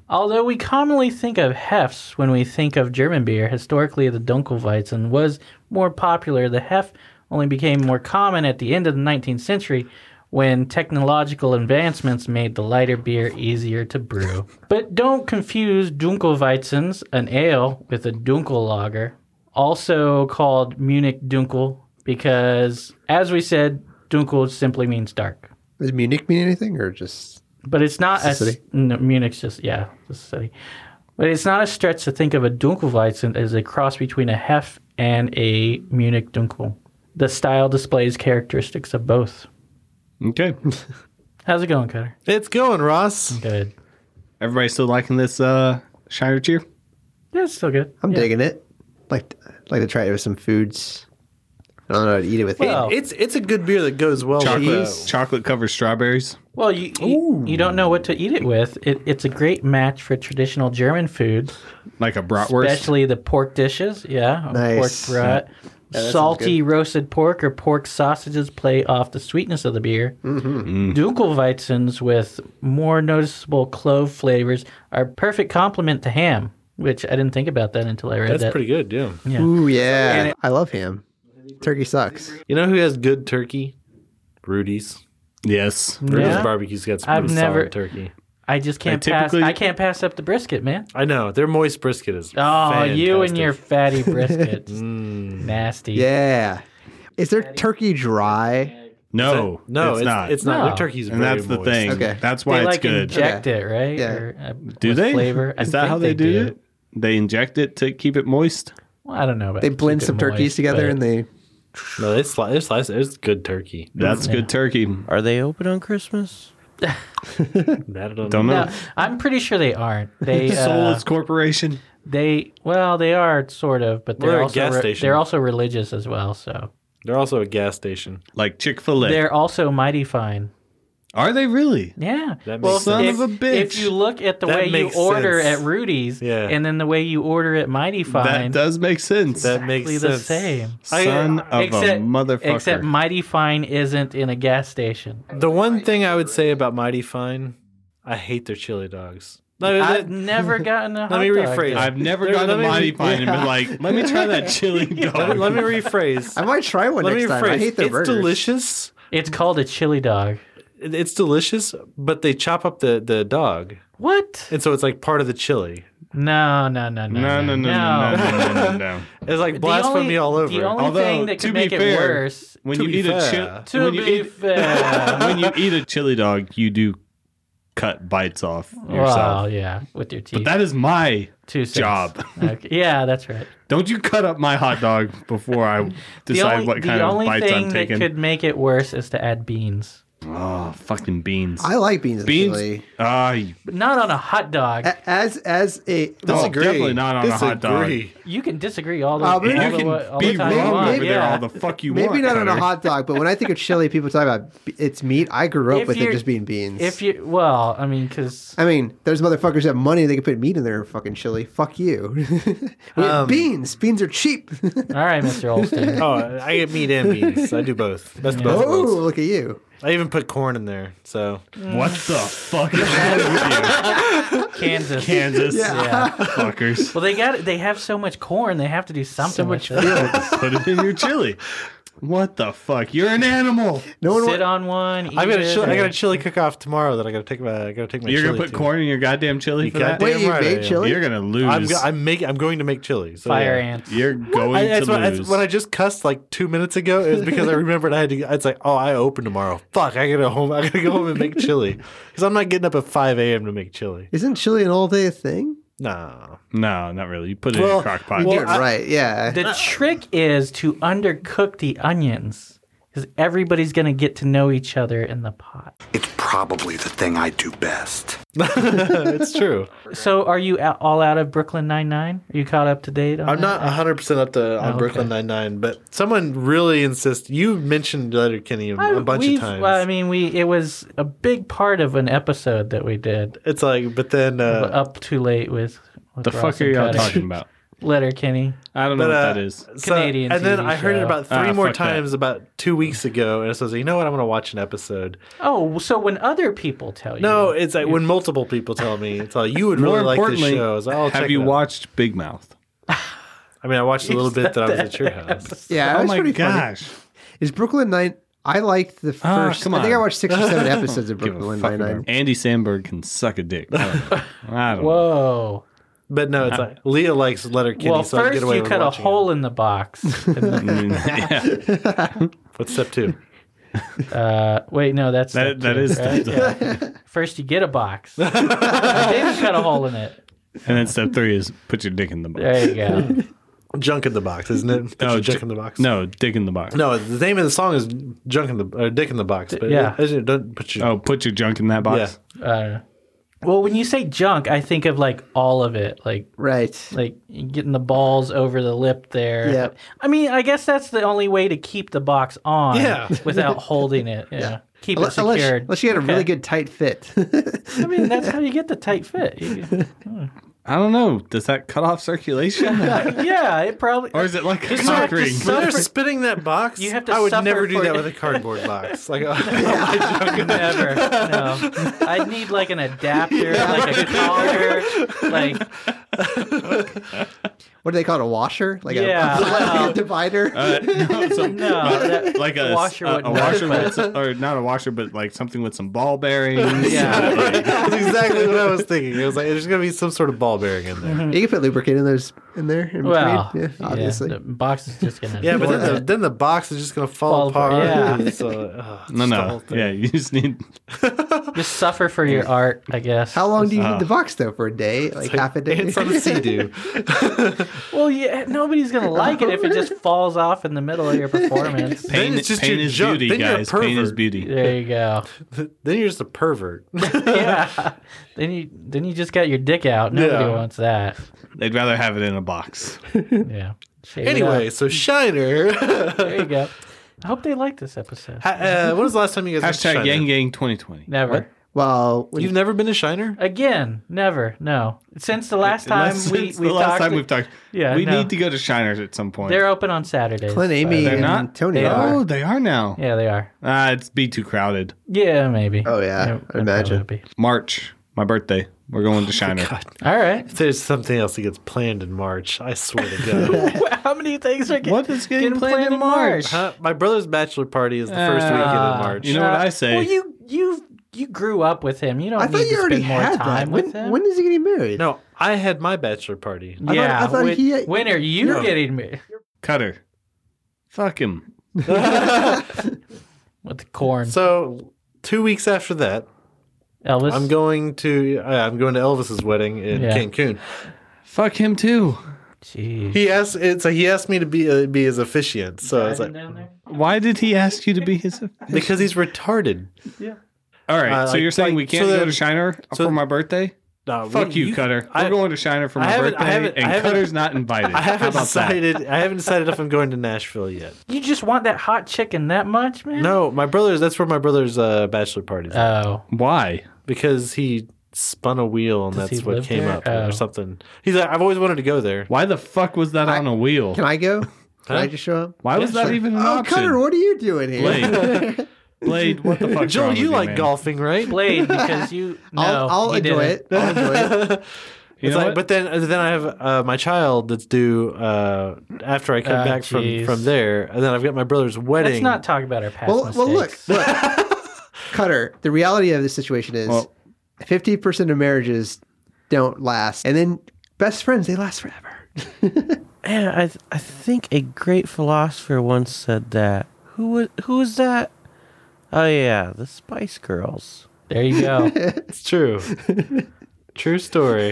B: Although we commonly think of Hefs when we think of German beer, historically the Dunkelweizen was more popular. The Hef only became more common at the end of the 19th century when technological advancements made the lighter beer easier to brew. but don't confuse Dunkelweizens, an ale, with a Dunkel lager, also called Munich Dunkel, because as we said, Dunkel simply means dark.
D: Does Munich mean anything, or just
B: But it's not
D: It's a
B: as
D: city.
B: no, Munich's just yeah, it's a city. But it's not a stretch to think of a Dunkelweizen as a cross between a Hef and a Munich Dunkel. The style displays characteristics of both.
E: Okay.
B: How's it going, Cutter?
C: It's going, Ross.
B: Good.
E: <laughs> Everybody still liking this uh Shiner cheer?
B: Yeah, it's still good.
D: I'm
B: Yeah.
D: digging it. Like, I'd like to try it with some foods. I don't know how to eat it with.
B: Well,
C: It's it's a good beer that goes well.
E: Chocolate,
C: With,
E: chocolate covered strawberries.
B: Well, you you, you don't know what to eat it with. It, it's a great match for traditional German food,
E: Like a bratwurst.
B: especially the pork dishes. Yeah, a
D: Nice.
B: pork brat. Salty roasted pork or pork sausages play off the sweetness of the beer.
D: Mm-hmm.
E: Mm.
B: Dunkelweizens with more noticeable clove flavors are perfect complement to ham, which I didn't think about that until I read
C: that's
B: that.
C: pretty good, yeah.
D: Uh, ooh, yeah. I love ham. Turkey sucks.
C: You know who has good turkey? Rudy's.
E: Yes.
C: Rudy's
B: Yeah?
C: barbecue's got some
B: I've
C: pretty
B: never-
C: solid turkey.
B: I just can't
E: I
B: pass.
E: typically-
B: I can't pass up the brisket, man.
C: I know their moist brisket is.
B: Oh, you and your
C: fantastic.
D: <laughs>
B: fatty brisket,
E: Mm.
B: nasty.
D: Yeah. Is there turkey dry?
E: No.
C: no, it's,
E: Oh, not.
C: It's not.
B: No.
C: Their turkey's
E: and
C: very
E: that's the
C: moist.
E: thing.
D: Okay.
E: That's
B: They
E: why it's
B: like
E: good.
B: inject it, right?
D: Yeah.
B: Or, uh,
E: do
B: with
E: they?
B: Flavor. I
E: Is that
B: think
E: how they, do, it? They inject it to keep it moist.
B: Well, I don't know. About
D: They blend some turkeys together and they.
C: No, they slice. They slice. It's good turkey.
E: That's good turkey.
G: Are they open on Christmas?
C: That I don't
E: Don't
C: know.
E: know.
B: No, I'm pretty sure they aren't.
E: <laughs>
B: They uh,
E: Soulless Corporation.
B: They well, they are sort of, but they're
C: We're a
B: also
C: gas
B: re-
C: station.
B: they're also religious as well. So
C: They're also a gas station.
E: Like Chick fil A.
B: they're also mighty fine.
E: Are they really?
B: Yeah,
C: That
B: Well,
C: makes Son
B: if,
E: of a bitch.
B: If you look at the
C: That
B: way you
C: makes
B: order
C: sense.
B: at Rudy's,
C: Yeah.
B: and then the way you order at Mighty Fine,
E: That does make sense.
C: That makes
B: exactly the
C: sense.
B: same.
E: Son of a motherfucker.
B: Except Mighty Fine isn't in a gas station.
C: The one thing I would say about Mighty Fine, I hate their chili dogs. No, that-
B: I've
C: <laughs>
B: never gotten a. hot
C: me
B: dog
C: rephrase.
B: there.
E: I've never
C: There-
E: gone to
C: let me-
E: Mighty Pine and been like, let me try that chili <laughs>
C: let,
E: dog.
C: let me rephrase.
D: <laughs> I might try one
C: let me
D: next
C: rephrase.
D: time. I hate their
C: it's
D: burgers.
C: delicious.
B: It's called a chili dog.
C: It- It's delicious, but they chop up the, the dog,
B: What?
C: and so it's like part of the chili.
B: No, no, no, no,
E: No, no, no, no, no, no, no, no,
B: <laughs>
E: no.
C: It's like
B: The
C: blasphemy
B: only-
C: all over.
B: The only
E: Although,
B: thing that
E: to
B: could
E: be
B: make it
E: fair,
B: worse
E: When
C: To
E: you
C: be
E: eat a
C: fair.
E: chili,
B: To
E: when
B: be
E: you eat,
B: fair.
E: when you eat a chili dog, you do cut bites off <laughs> yourself.
B: Well, yeah, with your teeth.
E: But that is my
B: Two cents.
E: job.
B: Okay. Yeah, that's right.
E: Don't you cut up my hot dog
B: <laughs>
E: before I decide what kind
B: the
E: of
B: only
E: bites
B: thing
E: I'm
B: that
E: taking.
B: could make it worse is to add beans,
E: Oh, fucking beans.
D: I like beans, and
E: beans.
D: chili.
E: Ah, you-
B: but not on a hot dog.
D: A- As as a
E: Oh,
D: well,
E: Disagree. definitely not on a hot dog.
C: Disagree.
B: you can disagree all the,
D: Uh,
B: all
D: but
B: the,
E: you
D: all
E: can
B: wa- all
E: be
B: the time you
E: wrong
B: want.
E: over there
B: yeah.
E: all the fuck you want.
D: maybe not on a
E: Cutter.
D: hot dog, but when I think of chili, people talk about be- it's meat. I grew up
B: If
D: with it
B: you're-
D: just being beans.
B: if you well, I mean, because
D: I mean, there's motherfuckers that have money; they can put meat in their fucking chili. Fuck you. <laughs> We-
E: Um,
D: beans, beans are cheap. <laughs>
B: all right, Mister Olstein.
C: Oh, I get meat and beans. I do both. Best of both
D: oh,
C: worlds.
D: look at you.
C: I even put corn in there. So
E: What the
B: <laughs>
E: fuck is that
B: Kansas.
E: with you, Kansas?
B: Yeah.
E: Fuckers.
B: Well, they got they have so much corn, they have to do something.
D: So much
B: with it.
D: food.
E: Put it in your chili. What the fuck? You're an animal.
D: No one.
B: Sit
D: wa-
B: on one. Eat
C: I got a
B: it,
C: chili, I got a
B: and-
C: chili cook off tomorrow that I got to take my I got to take my.
E: You're
C: chili
E: gonna put
C: to.
E: corn in your goddamn chili
C: You
E: for that?
C: goddamn
D: Wait, you
C: right I
D: made
C: am.
D: chili?
E: You're gonna lose.
C: I'm, go- I'm making I'm going to make chili. So
B: fire
C: yeah.
B: ants.
E: You're going
C: I,
E: to
C: that's, what,
E: lose.
C: that's when I just cussed like two minutes ago. It was because
E: <laughs>
C: I remembered I had to. It's like, oh, I open tomorrow. Fuck, I gotta home. I gotta go home and make chili
E: <laughs>
C: because I'm not getting up at 5 a.m. to make chili.
D: Isn't chili an all day thing?
C: Nah, <laughs>
E: no, not really. You put it in
C: Well,
E: a crock pot.
C: well,
D: You're right. Yeah.
B: The trick is to undercook the onions because everybody's going to get to know each other in the pot.
H: It's probably the thing I do best.
C: it's true.
B: So, are you out- all out of Brooklyn Nine Nine? Are you caught up to date? On
C: I'm
B: that?
C: not 100 percent up to on
B: Oh, okay.
C: Brooklyn Nine Nine, but someone really insists. You mentioned Letter Kenny a
B: I-
C: a bunch
B: we've-
C: of times.
B: Well, I mean, we it was a big part of an episode that we did. uh,
C: it's like, but then uh,
B: up too late with, with
E: the fuck are y'all talking about?
B: Letter Kenny.
E: I don't know
C: But,
E: what
C: uh,
E: that is.
C: so-
B: Canadian
C: and then
B: TV
C: I heard it
B: show.
C: about three
E: Ah,
C: more
E: fuck that.
C: times about two weeks ago, and so I was like, you know what? I'm gonna watch an episode.
B: Oh, so when other people tell you,
C: No, it's like when multiple people tell me, it's like you would really like this show. I was like, I'll check
E: have
C: it
E: you
C: out.
E: watched Big Mouth?
C: I mean, I watched a
E: <laughs>
C: little bit that I was at your house.
D: Yeah.
E: oh
D: it's
E: my
D: pretty funny.
E: gosh!
D: Is Brooklyn Nine? I liked the
E: Ah,
D: first.
E: come
D: I think I
E: on.
D: watched six or seven episodes of
E: Give a
D: Brooklyn
E: fuck
D: Nine
E: about-
D: Nine.
E: Andy Sandberg can suck
C: <laughs>
E: a dick. I don't know. I don't know. <laughs>
B: whoa.
C: But no, it's like Leah likes Letterkenny,
B: well,
C: so I can
B: first
C: get away
B: you
C: with
B: cut a
C: watching
B: hole in the box.
C: <laughs>
B: And
E: I mean, yeah,
C: it. What's step
B: <laughs>
C: two?
B: Uh, wait, no, that's
E: that,
B: step
E: that
B: two,
E: is,
B: right? First, you get a
E: <laughs>
B: box. then you cut a hole in it.
E: and then step three is put your dick in the box.
B: There you go.
C: Junk in the box, isn't it? Put your junk
E: j-
C: in the box.
E: No, dick in the box.
C: no. The name of the song is "Junk in the" or "Dick in the Box." But
B: Yeah.
C: yeah, don't put your.
E: Oh, put your junk in that box.
B: Uh, well, when you say junk, I think of like all of it, like
D: Right.
B: like getting the balls over the lip there.
D: Yep.
B: I mean, I guess that's the only way to keep the box on
C: Yeah.
B: without holding it. Yeah. Keep it
D: Unless, unless,
B: secured.
D: unless you had a really good tight fit. <laughs>
B: I mean, that's how you get the tight fit. You-
E: I don't know. Does that cut off circulation,
B: <laughs> yeah, it probably.
E: or is it like a
B: Just have
E: cock
B: to
E: ring?
B: suck-
C: But they're
B: Suffer-
C: spitting that box.
B: You have to
C: I would
B: suffer
C: never do
B: for
C: that
B: it.
C: with a cardboard
B: <laughs>
C: box. Like, <laughs>
B: Never. No. I'd need like an adapter, like a collar,
E: <laughs>
B: like
D: what do they call it? A washer? Like
B: Yeah,
D: a, <laughs> like
B: well-
D: a divider?
E: <laughs> Uh, no,
B: <laughs>
E: so-
B: no, oh, that,
E: like a,
B: A washer
E: a,
B: would
E: a
B: not,
E: washer
B: but-
E: with,
B: <laughs>
E: some- or not a washer, but like something with some ball bearings.
B: Yeah.
C: that's exactly what I was thinking. It was like there's gonna be some sort of ball bearing in there.
D: <laughs> you can put lubricant in those in there.
B: <laughs>
D: In
B: well,
D: between. Yeah, obviously.
B: the box is just gonna.
C: Yeah, but then the, then the box is just gonna
B: Fall
C: fall,
B: apart,
C: apart.
B: yeah.
C: <laughs> It's, uh, ugh,
E: <laughs> No,
C: just the whole
E: no.
C: thing.
E: Yeah, you just need.
B: just suffer for your art, I guess.
D: How long do you need the box though for a day? Like, half a day.
C: It's on <laughs> a sea
B: Well, yeah, nobody's gonna like it if it just falls off in the middle of your performance.
E: Pain,
C: it's just
E: pain
C: your
E: is
C: junk.
E: beauty,
C: Then you're a
E: guys. Pain is
C: pervert.
E: beauty.
B: There you go.
C: Then you're just a pervert.
B: <laughs>
C: <laughs>
B: yeah. Then you then you just got your dick out. Nobody
C: Yeah.
B: wants that.
E: They'd rather have it in a
B: <laughs>
E: box.
B: Yeah. Shave it
C: anyway, so Shiner. <laughs>
B: up. there you go. I hope they like this episode.
C: Ha- uh, when was the last time you guys watched
E: Hashtag
C: Shiner?
E: Yang Gang 2020.
B: Never.
D: <laughs> well, when
C: You've never been to Shiner?
B: Again, never. No. Since the last time
E: Unless
B: we, we
E: it's the last
B: talked,
E: time we've talked.
B: Yeah,
E: we
B: no.
E: need to go to Shiners at some point.
B: they're open on Saturdays.
D: Clint, Amy,
E: They're
D: and
E: not.
D: Tony
B: They
D: are.
E: Oh, they are now.
B: Yeah, they are.
E: Ah, it's be too crowded.
B: Yeah, maybe.
D: Oh, yeah, I'd
B: probably
D: imagine.
B: would be.
E: March, my birthday. We're
B: <laughs> Oh
E: going to Shiner.
B: All right.
C: If There's something else that gets planned in March. I swear to
B: <laughs>
C: God.
B: How many things are get-
E: What is getting planned in
C: <laughs>
E: March?
C: Huh? My brother's bachelor party is the first weekend in
B: Ah.
C: March.
E: you know what I say?
B: Uh, Well, you you you grew up with him. You don't
D: I
B: need
D: thought
B: to
D: you already
B: spend more
D: had that.
B: time
D: When,
B: with him.
D: when is he getting married?
C: no, I had my bachelor party.
D: I thought-
B: yeah,
D: I thought
B: when,
D: he-
B: when are you
D: No.
B: getting me
E: Cutter. Fuck him.
B: with the corn?
C: So two weeks after that,
B: Elvis.
C: I'm going to uh, I'm going to Elvis's wedding in
B: Yeah.
C: Cancun.
E: Fuck him too.
B: Jeez.
C: He asked it's so he asked me to be uh, be his officiant. So I was like
E: Why did he ask you to be his? <laughs>
C: because he's retarded.
E: All right,
C: Uh,
E: so
C: like-
E: you're saying we
C: like,
E: can't
C: so
E: go
C: that-
E: to Shiner
C: so-
E: for my birthday?
C: No,
E: Fuck
C: we-
E: you, Cutter.
C: I-
E: We're going to Shiner for
C: I
E: my
C: haven't- I
E: birthday,
C: haven't- I
E: and
C: haven't- <laughs>
E: Cutter's not invited.
C: I
E: How
C: haven't
E: about that?
C: decided. I haven't decided if I'm going to Nashville yet.
B: You just want that hot chicken that much, man?
C: No, my brother's. That's where my brother's uh, bachelor party is at,
B: Oh.
E: Why?
C: because he spun a wheel and
B: Does
C: that's
B: he
C: what
B: live
C: came
B: there?
C: up
B: Oh.
C: or something. He's like, I've always wanted to go there.
E: Why the fuck was that on a wheel?
D: Can I go? Can
C: Huh?
D: I just show up?
E: Why was
C: Yeah,
E: that
C: sure.
E: even an
D: Oh,
E: option?
D: Cutter, what are you doing here? <laughs>
C: <laughs>
E: Blade, Blade, what the fuck? is wrong
C: Joel,
E: with
C: you like
E: man?
C: golfing, right?
B: Blade,
D: <laughs>
B: because you. No,
D: I'll, I'll
B: you
D: enjoy
B: didn't.
D: it.
B: <laughs>
D: I'll enjoy it.
E: You
C: It's
E: know
C: like-
E: what?
C: but then, then I have uh, my child that's due uh, after I come
B: Ah,
C: back
B: jeez.
C: from, from there, and then I've got my brother's wedding.
B: Let's not talk about our past
D: Well, well, look,
B: mistakes.
D: look, Cutter. The reality of this situation is,
E: Well-
D: fifty percent of marriages don't last, and then best friends they last forever. <laughs>
G: Man, I th- I think a great philosopher once said that. Who was who was that? Oh yeah, the Spice Girls.
B: There you
D: <laughs>
B: go.
C: It's true. true <laughs> story.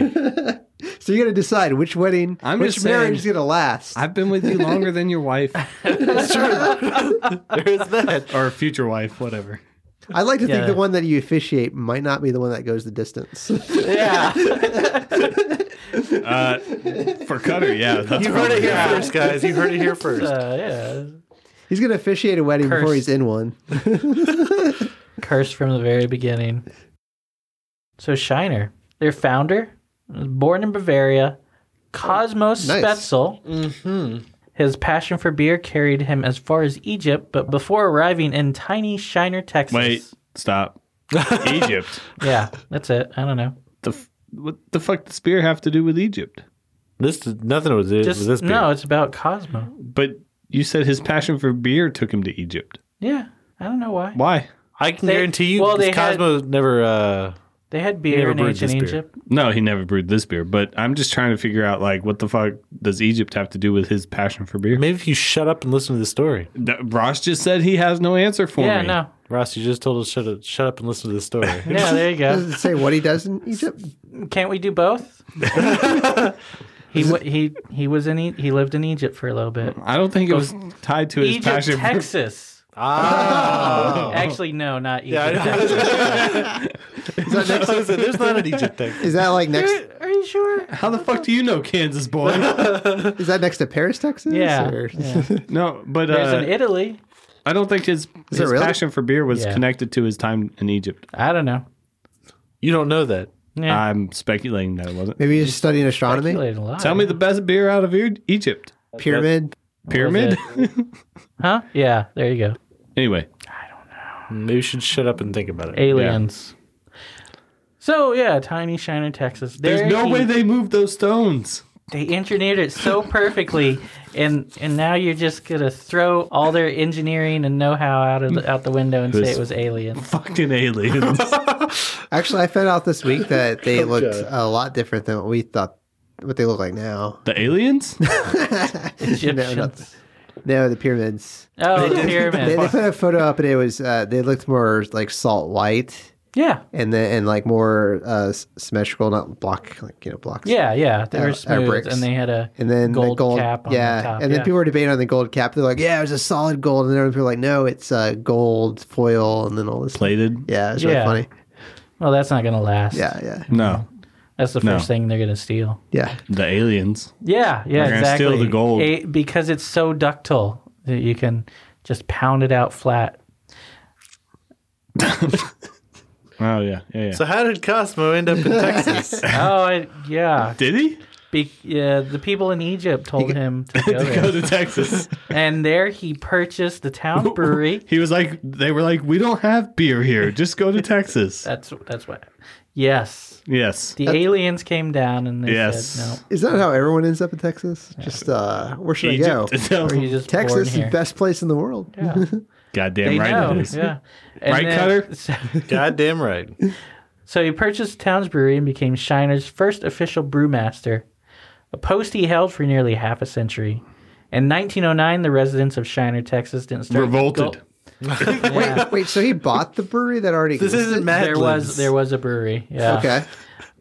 D: So you got to decide which wedding,
E: I'm
D: which
E: just saying-
D: marriage is going to last.
E: I've been with
C: <laughs>
E: you longer than your wife
C: There is that.
E: or future wife, whatever.
D: I'd like to
B: Yeah.
D: think the one that you officiate might not be the one that goes the distance. <laughs>
E: Uh, for Cutter, yeah, that's
C: You heard it here
E: probably-
C: first, guys. You heard it here first.
B: Uh, yeah.
D: he's going to officiate a wedding before
B: Curse.
D: he's in one.
B: Cursed from the very beginning. So Shiner, their founder, was born in Bavaria. Cosmos
D: Nice.
B: Spetzel.
C: Mm-hmm.
B: His passion for beer carried him as far as Egypt, but before arriving in tiny Shiner, Texas.
E: Wait,
C: <laughs>
E: stop. Egypt.
B: Yeah, that's it. I don't know.
E: The f- what the fuck does beer have to do with Egypt?
C: <laughs> This is- nothing was it.
B: Just
C: was this beer.
B: no, it's about Cosmo.
E: But you said his passion for beer took him to Egypt.
B: Yeah, I don't know why.
E: Why?
C: I can
B: They-
C: guarantee you.
B: well,
C: Well,
B: they had-
C: Cosmo never. Uh,
B: They had
C: Never
B: beer in
C: brewed
B: ancient
C: this beer.
B: Egypt.
E: No, he never brewed this beer. But I'm just trying to figure out like what the fuck does Egypt have to do with his passion for beer?
C: maybe if you shut up and listen to the story,
E: Th- Ross just said he has no answer for
B: Yeah,
C: <laughs>
E: me.
B: no.
C: Ross. You just told us shut up, shut up and listen to the <laughs> story.
B: Yeah, there you go.
D: Does it say what he
B: <laughs>
D: does in Egypt?
B: Can't we do
C: <laughs>
B: both? he wa- he he was in e- he lived in Egypt for a little bit.
E: I don't think it was tied to his
B: Egypt,
E: passion. for <laughs> Oh.
B: Texas.
C: ah.
B: Actually, no, not Egypt.
C: <laughs> I know.
B: Texas.
D: Is that, next,
C: I said, There's not an Egypt thing.
D: is that like next?
B: Are, are you sure?
E: How the fuck do you know Kansas
D: <laughs>
E: boy?
D: Is that next to Paris, Texas?
B: Yeah.
D: Or-
B: yeah.
E: no, but
B: There's
E: uh,
B: an Italy.
E: I don't think his,
D: it
E: his
D: really?
E: passion for beer was
B: Yeah.
E: connected to his time in Egypt.
B: I don't know.
C: You don't know that.
E: uh,
B: Yeah.
E: I'm speculating that it wasn't.
D: Maybe he's studying astronomy.
B: Speculated a lot.
E: Tell me the best beer out of E- Egypt.
D: Pyramid.
E: Pyramid?
B: huh? Yeah. There you go.
E: <laughs> anyway,
C: Maybe you should shut up and think about it.
B: Aliens. So yeah, tiny Shiner, Texas. There
E: there's no
B: he-
E: way they moved those stones.
B: they engineered it so perfectly, and and now you're just gonna throw all their engineering and know-how out of the, out the window and say
E: Who's-
B: it was alien.
E: <laughs>
B: <laughs>
E: Fucking aliens.
D: Actually, I found out this week that they looked a lot different than what we thought. What they look like now.
E: the aliens?
B: Egyptians.
D: No, the pyramids.
B: oh, the
D: They, they
B: pyramids.
D: put a photo up, and it was uh, they looked more like salt white,
B: Yeah,
D: and then and like more uh, s- symmetrical, not block like you know blocks.
B: yeah, yeah. They
D: Our-
B: were
D: our
B: smooth,
D: bricks.
B: and they had a
D: And then the
B: gold,
D: gold
B: cap on
D: yeah.
B: the top.
D: and then
B: yeah.
D: people were debating on the gold cap. They're like, "Yeah, it was a solid gold," and then other people were like, "No, it's uh, gold foil," and then all this.
E: Plated?
D: Yeah, it's really
B: Yeah.
D: funny.
B: Well, that's not gonna last.
D: Yeah, yeah,
E: No.
B: that's the
E: No.
B: first thing they're gonna steal.
D: yeah.
E: The aliens.
B: Yeah, yeah,
E: They're gonna
B: exactly.
E: steal the gold.
B: A- because it's so ductile that you can just pound it out
D: <laughs>
B: flat.
E: Oh, yeah. Yeah, yeah.
C: So how did Cosmo end up in <laughs> Texas?
B: Oh, I, yeah.
E: Did he?
B: Be- yeah. The people in Egypt told him
D: <laughs>
B: to go there.
E: Go to Texas.
B: and there he purchased the
D: <laughs>
B: town brewery.
E: He was like, they were like, we don't have beer here.
B: <laughs>
E: Just go to Texas.
B: That's that's what. Yes,
E: Yes.
B: the aliens came down and they
E: Yes.
B: said
D: Is that how everyone ends up in Texas? Just uh, where should
E: <laughs>
D: I go?
E: Egypt. No.
B: no. You just born
D: Texas is the
B: here.
D: best place in the world. <laughs>
E: Goddamn
B: They
E: right
B: know.
E: it is.
B: Yeah. And
E: Right, Cutter?
B: <laughs> So,
C: Goddamn right.
B: so he purchased Towns Brewery and became Shiner's first official brewmaster, a post he held for oh nearly half a century. In 1909, the residents of Shiner, Texas, didn't start
E: <laughs> Revolted.
B: go-
D: Wait, wait. So he bought the brewery that already
C: This
D: existed?
C: isn't Mad
B: There was
C: Libs.
B: there was a brewery. Yeah.
D: Okay.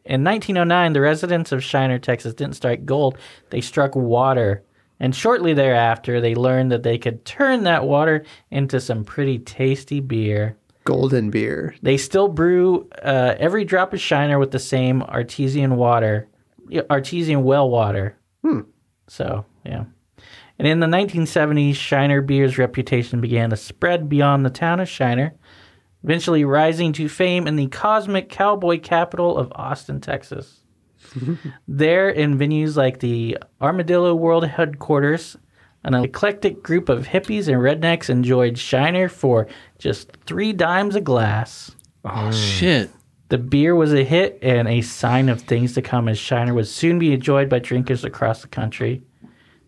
B: In 1909, the residents of Shiner, Texas didn't strike gold, they struck water. And shortly thereafter, they learned that they could turn that water into some pretty tasty beer.
D: Golden beer.
B: They still brew uh, every drop of Shiner with the same artesian water, yeah, artesian well water. So, yeah. And in the 1970s, Shiner Beer's reputation began to spread beyond the town of Shiner, eventually rising to fame in the cosmic cowboy capital of Austin, Texas. there, in venues like the Armadillo World Headquarters, an eclectic group of hippies and rednecks enjoyed Shiner for just three dimes a glass.
E: Oh shit.
B: The beer was a hit and a sign of things to come, as Shiner would soon be enjoyed by drinkers across the country.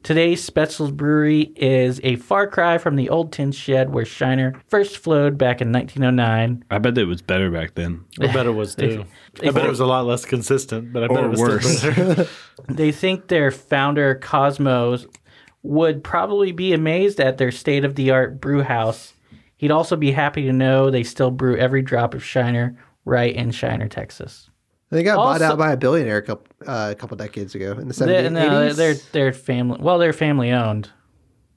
B: Today, Spetzels Brewery is a far cry from the old tin shed where Shiner first flowed back in 1909.
E: I bet it was better back then.
C: I bet it was too. I bet it was a lot less consistent, but I bet
E: Or
C: it was still
E: worse.
C: better.
B: They think their founder, Cosmos, would probably be amazed at their state of the art brew house. He'd also be happy to know they still brew every drop of Shiner right in Shiner, Texas.
D: They got bought
B: Also-
D: out by a billionaire a couple, uh, a couple decades ago in the 70s.
B: They're, no,
D: 80s?
B: they're they're family. Well, they're family owned.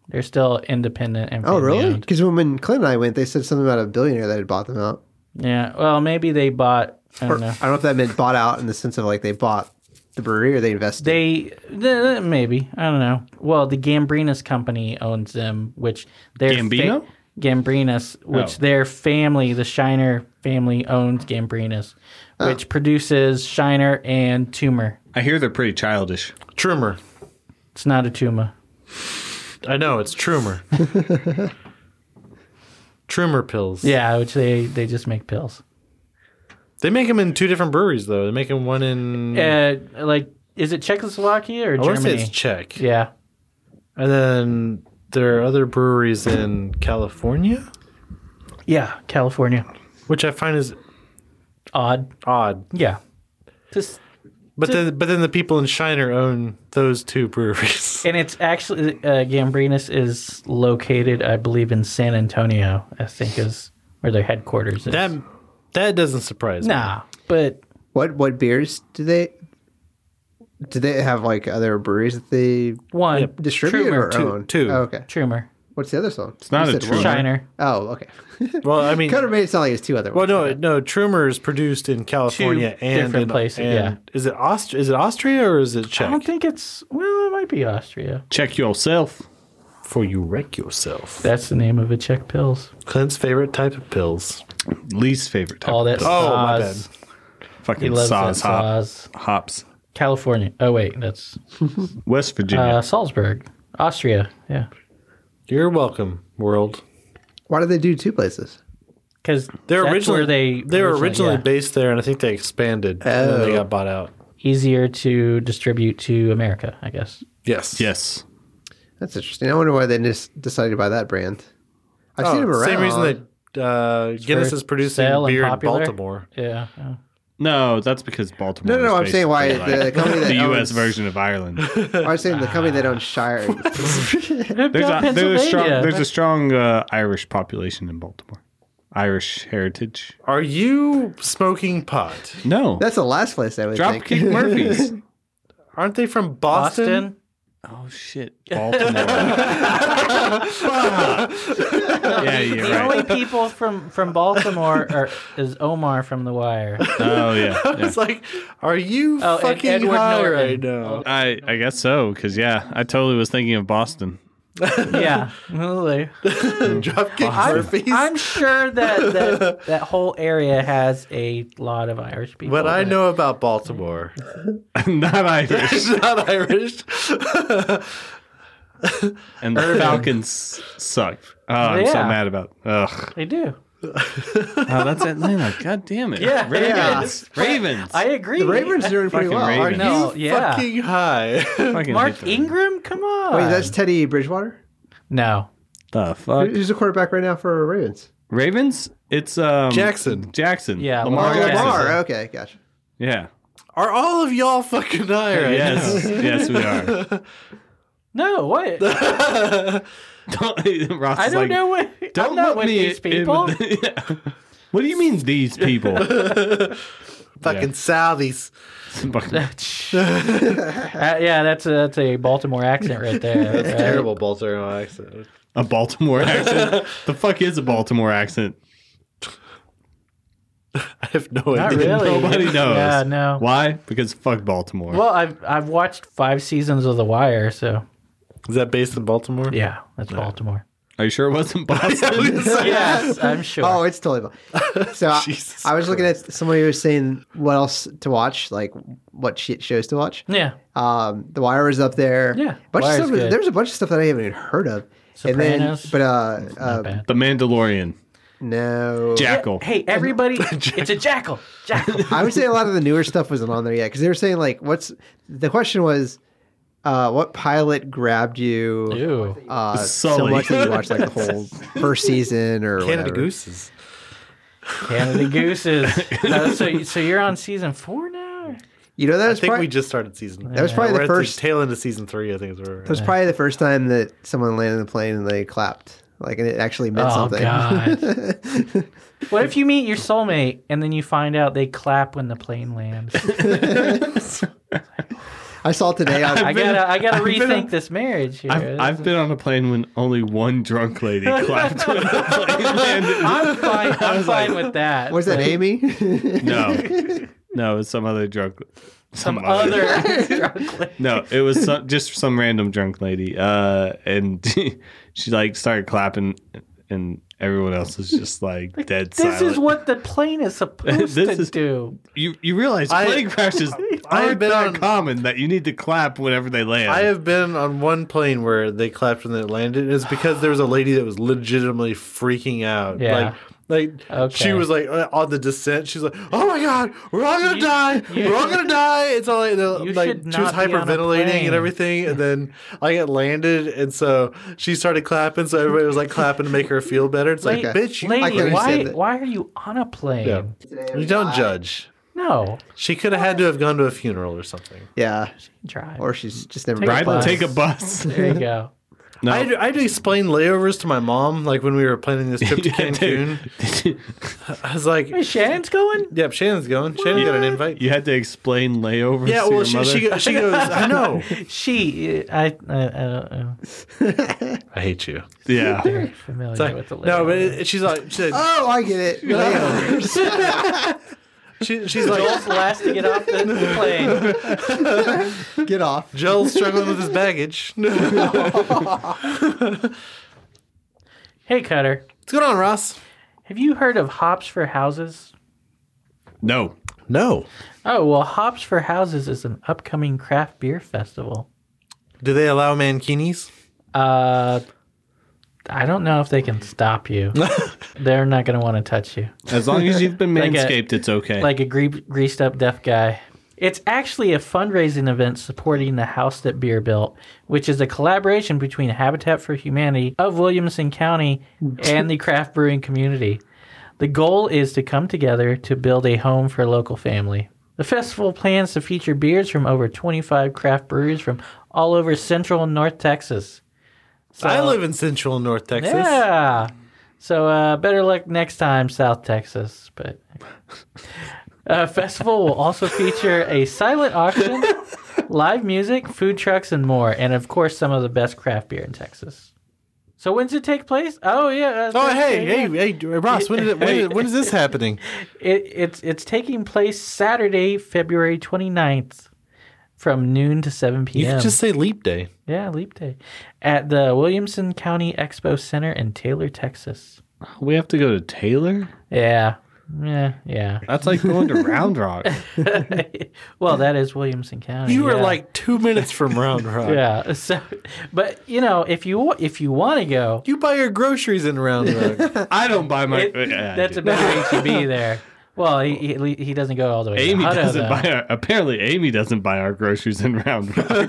B: They're still independent and
D: oh,
B: family
D: really?
B: owned.
D: Because when, when Clint and I went, they said something about a billionaire that had bought them out.
B: Yeah. Well, maybe they bought. I
D: Or-
B: don't know.
D: if that meant bought out in the sense of like they bought the brewery or they invested.
B: They th- maybe I don't know. Well, the Gambrinas company owns them, which their
E: Gambino?
B: Gambrinas, which
E: Oh.
B: their family, the Shiner family, owns Gambrinas, which produces Shiner and Tumor.
E: I hear they're pretty childish.
C: Trumer.
B: It's not a Tuma.
C: I know it's <laughs> Trumer. Trumer pills.
B: Yeah, which they they just make pills.
C: They make them in two different breweries though. They make them one in
B: Uh, like is it Czechoslovakia or
C: Hmm. I want to say
B: Germany?
C: it's Czech.
B: yeah.
C: And then there are other breweries in California,
B: Yeah, California.
C: which I find is
B: Odd.
C: odd.
B: Yeah. Just
C: But then but then the people in Shiner own those two breweries.
B: and it's actually uh, Gambrinus is located, I believe, in San Antonio. I think is where their headquarters is.
C: That that doesn't surprise me.
B: nah, but
D: What what beers do they? Do they have like other breweries that they
B: one
D: distribute
B: Trumer,
D: or
C: two-
D: own?
C: two.
D: Oh, okay.
B: Trumer,
D: What's the other song? It's
E: not a Trumer.
B: Shiner.
D: Oh, okay. <laughs>
C: Well, I mean
D: Could have made it sound like it's two other
C: Well,
D: ones.
C: no, no. Trumer is produced in California and
B: different
C: in-
B: places,
C: and-
B: yeah.
C: is it Aust- Is it Austria or is it Czech?
B: I don't think it's well. It might be Austria.
E: Check yourself.
C: For you wreck yourself.
B: That's the name of a Czech pills.
C: Clint's favorite type of pills.
E: Least favorite type.
B: All that.
C: Oh, my
B: sauce. He
E: fucking
B: loves
E: sauce
B: that
E: hop,
B: sauce.
E: hops.
B: California. Oh wait, that's
E: West Virginia.
B: uh, Salzburg, Austria. Yeah,
C: You're welcome, world.
D: Why do they do two places?
B: because
C: They're originally
B: they
C: they they were originally
B: yeah.
C: based there, and I think they expanded and then they
D: Oh.
C: got bought out.
B: easier to distribute to America, I guess.
C: Yes.
E: yes.
D: That's interesting. I wonder why they just decided to buy that brand. I've
C: Oh,
D: seen them around.
C: same reason that uh, Guinness
B: for
C: is producing
B: sale and
C: beer in
B: popular?
C: Baltimore.
B: Yeah. yeah.
E: No, that's because
D: No,
E: Baltimore.
D: no,
E: is
D: no, I'm saying why
E: basically
D: the-
E: like
D: the
E: <laughs>
D: company that
E: U.S.
D: owns-
E: version of Ireland.
D: I was saying the company that owns Shire.
E: There's a, there's a strong
B: Pennsylvania.
E: there's a strong uh, Irish population in Baltimore. Irish heritage.
C: Are you smoking pot?
E: No,
D: That's the last place I would think. <laughs>
E: Dropkick Murphys.
C: Aren't they from
B: Boston.
C: Boston?
E: Oh shit, Baltimore. yeah, you're
B: The only
E: right.
B: people from from Baltimore are is Omar from The Wire.
E: Oh yeah, yeah.
C: <laughs> It's like, are you
B: Oh, and
C: fucking
B: Edward
C: high
B: Norton. Oh.
C: right <laughs> now?
E: I I guess so because yeah, I totally was thinking of Boston.
B: <laughs>
E: <laughs>
B: yeah. Really.
C: Dropkick Murphys.
B: <laughs> I'm sure that, that that whole area has a lot of Irish people.
C: what
B: <laughs>
C: I
B: in it.
C: know about Baltimore <laughs>
E: Not Irish.
C: is not Irish. <laughs>
E: And the Falcons suck. Oh, I'm so
B: Yeah.
E: mad about. Ugh.
B: They do.
E: Oh,
B: <laughs>
E: that's Atlanta. God damn it.
B: Yeah.
E: Ravens. Ravens.
B: I agree. Uh,
D: The Ravens are doing pretty
E: Fucking
D: well.
E: Ravens.
B: No, yeah.
C: Fucking high. <laughs>
E: fucking hate
B: Mark
E: them.
B: Ingram, come on.
D: Wait, that's Teddy Bridgewater?
B: no.
E: The fuck.
D: Who's the quarterback right now for Ravens?
E: Ravens. It's um
C: Jackson.
E: Jackson.
B: Yeah,
E: Lamar.
B: Lamar
D: Oh,
E: Jackson.
D: Lamar. Okay, gotcha.
E: Yeah.
B: <laughs>
C: <laughs> Are all of y'all fucking high right
E: Yes. yes, we are.
B: No, what?
E: Don't, <laughs> Ross
B: I
E: is
B: don't
E: like,
B: know what.
E: Don't
B: I'm not
E: look
B: with
E: me
B: these
E: in- in
B: people.
E: the- <laughs> Yeah. What do you mean these
C: <laughs>
E: people?
C: Fucking Southies.
B: <laughs>
E: Fucking-
B: Uh, yeah, that's a, that's a Baltimore accent right there. <laughs> right?
C: Terrible Baltimore accent.
E: a
B: <laughs>
E: Baltimore accent. the fuck is a Baltimore accent?
C: I have no
B: Not
C: idea.
B: really.
E: Nobody knows.
B: Yeah, no.
E: Why? Because fuck Baltimore.
B: Well, I've I've watched five seasons of The Wire, so
C: Is that based in Baltimore? <laughs>
B: yeah, that's Baltimore.
E: Are you sure it
B: <laughs>
E: wasn't Boston?
B: Yes, <laughs> I'm sure.
D: Oh, it's totally fine. So I,
C: Jesus
D: I was looking at somebody who was saying what else to watch, like what shit shows to watch.
B: yeah.
D: Um, The Wire was up there.
B: Yeah,
D: bunch of
B: Wire's
D: stuff,
B: good.
D: there was a bunch of stuff that I haven't even heard of.
B: Sopranos.
D: And then, but uh,
B: Not
D: uh
B: bad.
E: <laughs> the Mandalorian.
D: no,
E: Jackal.
B: Hey,
E: <laughs>
B: everybody, it's a jackal. Jackal.
D: I would say a lot of the newer stuff wasn't on there yet because they were saying like, what's the question was, uh, what pilot grabbed you
B: <laughs> Ew.
D: uh, so
E: Sully.
D: much that you watched like
B: <laughs>
D: the whole first season or
C: Canada
D: whatever.
C: Gooses.
B: Canada
E: <laughs>
B: Gooses. Uh, so, so you're on season four now?
D: You know that
C: I
D: was
C: think
D: probably,
C: we just started season.
D: that was probably
C: We're
D: the
C: at
D: first
C: tail end of season three. I think is where we're
D: That was
C: at.
D: probably the first time that someone landed the plane and they clapped. Like, and it actually meant
B: oh,
D: something.
B: God. <laughs> what if you meet your soulmate and then you find out they clap when the plane
E: <laughs>
B: lands?
D: <laughs> I saw today
B: <laughs>
D: on
B: I gotta, I gotta
E: I've been
B: rethink
E: on-
B: this marriage here.
E: I've, I've been on a plane when only one
B: <laughs>
E: drunk lady clapped when the plane landed.
B: I'm fine. <laughs> I'm fine with that.
D: was that
B: Like,
D: Amy?
B: <laughs>
D: <laughs>
E: No, no, it was some other drunk. Some,
B: Other <laughs>
E: No, it was some, just some random drunk lady, uh, and <laughs> she like started clapping, and everyone else was just like dead
B: This
E: silent.
B: is what the plane
C: <laughs>
B: is supposed
E: This
B: to
E: is-
B: do.
E: you you realize
C: I-
E: plane crashes
C: <laughs> I have
E: aren't
C: been
E: that
C: on-
E: common that you need to clap whenever they land.
C: I have been on one plane where they clapped when they landed. It's because there was a lady that was legitimately freaking out.
B: Yeah.
C: Like, like
B: Okay.
C: she was like uh, on the descent. She's like, "Oh my god, we're all gonna
B: <laughs>
C: die! we're all gonna die!" It's all like, the-
B: You
C: like
B: should
C: she was
B: not be on a
C: hyperventilating
B: plane.
C: and everything.
B: <laughs>
C: And then I got landed, and so she started clapping. So everybody was like clapping to make her feel better. It's like,
B: Like,
C: bitch, you,
D: I
B: Lady,
D: can
B: why,
D: understand that.
B: why are you on a plane?
C: Yeah. you don't judge.
B: No,
C: She could have had to have gone to a funeral or something.
D: yeah.
B: drive.
D: Or she's just never
B: Take a
E: Ride,
B: bus.
E: take a
B: <laughs>
E: bus.
B: there you go.
E: No.
C: I,
E: <laughs>
C: had, I had to explain layovers to my mom, like when we were planning
B: <laughs>
C: this trip to
E: Yeah,
C: Cancun.
E: dude.
C: I was like,
B: Wait, Shannon's going.
C: Yep, Shannon's going. Shannon got an invite.
E: <laughs> you had to explain layovers.
C: Yeah,
E: to
C: well,
E: your
C: she,
E: mother?
C: she, go- she goes, I know.
B: She, uh, I, I, I don't know.
C: <laughs> I hate you.
E: yeah.
B: Very familiar
C: It's like,
B: with the
C: no, but
B: layover.
C: it, she's like, she said,
D: Oh, I get it. Layover.
C: she, she's like,
B: Joel's last to get off
C: <laughs>
B: the plane.
D: get off.
C: Joel's struggling with his baggage. <laughs> What's
B: Hey, Cutter,
C: going on, Ross?
B: have you heard of Hops for Houses?
E: No.
C: No.
B: Oh well, Hops for Houses is an upcoming craft beer festival.
C: Do they allow mankinis?
B: Uh, I don't know if they can stop
C: <laughs>
B: you. They're not going to want to touch you.
E: As long as you've <laughs> been
B: Like a-
E: manscaped, it's okay.
B: Like a gre- greased up deaf guy. It's actually a fundraising event supporting the house that beer built, which is a collaboration between Habitat for Humanity of Williamson County and the craft brewing community. The goal is to come together to build a home for a local family. The festival plans to feature beers from over 25 craft breweries from all over central and north Texas. So-
C: I live in central and north Texas.
B: yeah. So uh, better luck next time, South Texas. But
C: <laughs>
B: uh, festival will also feature a silent auction, live music, food trucks, and more, and of course some of the best craft beer in Texas. So when's it take place? Oh yeah. uh,
C: Oh, hey,
B: Thursday, yeah.
C: hey, hey, Ross, when, did it, when, did- when is this happening?
B: It, it's it's taking place Saturday, February 29th, from noon to seven
C: You
B: p.m.
C: could just say leap day.
B: Yeah, leap day at the Williamson County Expo Center in Taylor, Texas.
E: we have to go to Taylor.
B: Yeah. Yeah, yeah.
E: That's like going to Round Rock.
B: <laughs> Well, that is Williamson County.
C: You were
B: yeah.
C: like two minutes from Round Rock.
B: yeah. <laughs> So, but you know, if you wa- if you want to go,
C: You buy your groceries in Round <laughs> Rock.
E: <laughs> I don't buy my. uh,
B: it-
E: Yeah, I
B: that's
E: do.
B: a better HEB there. Well, he, he at lea- he doesn't go all the way.
E: Amy
B: to Hutto,
E: doesn't
B: though.
E: buy our. Apparently, Amy doesn't buy our groceries in Round <laughs> Rock.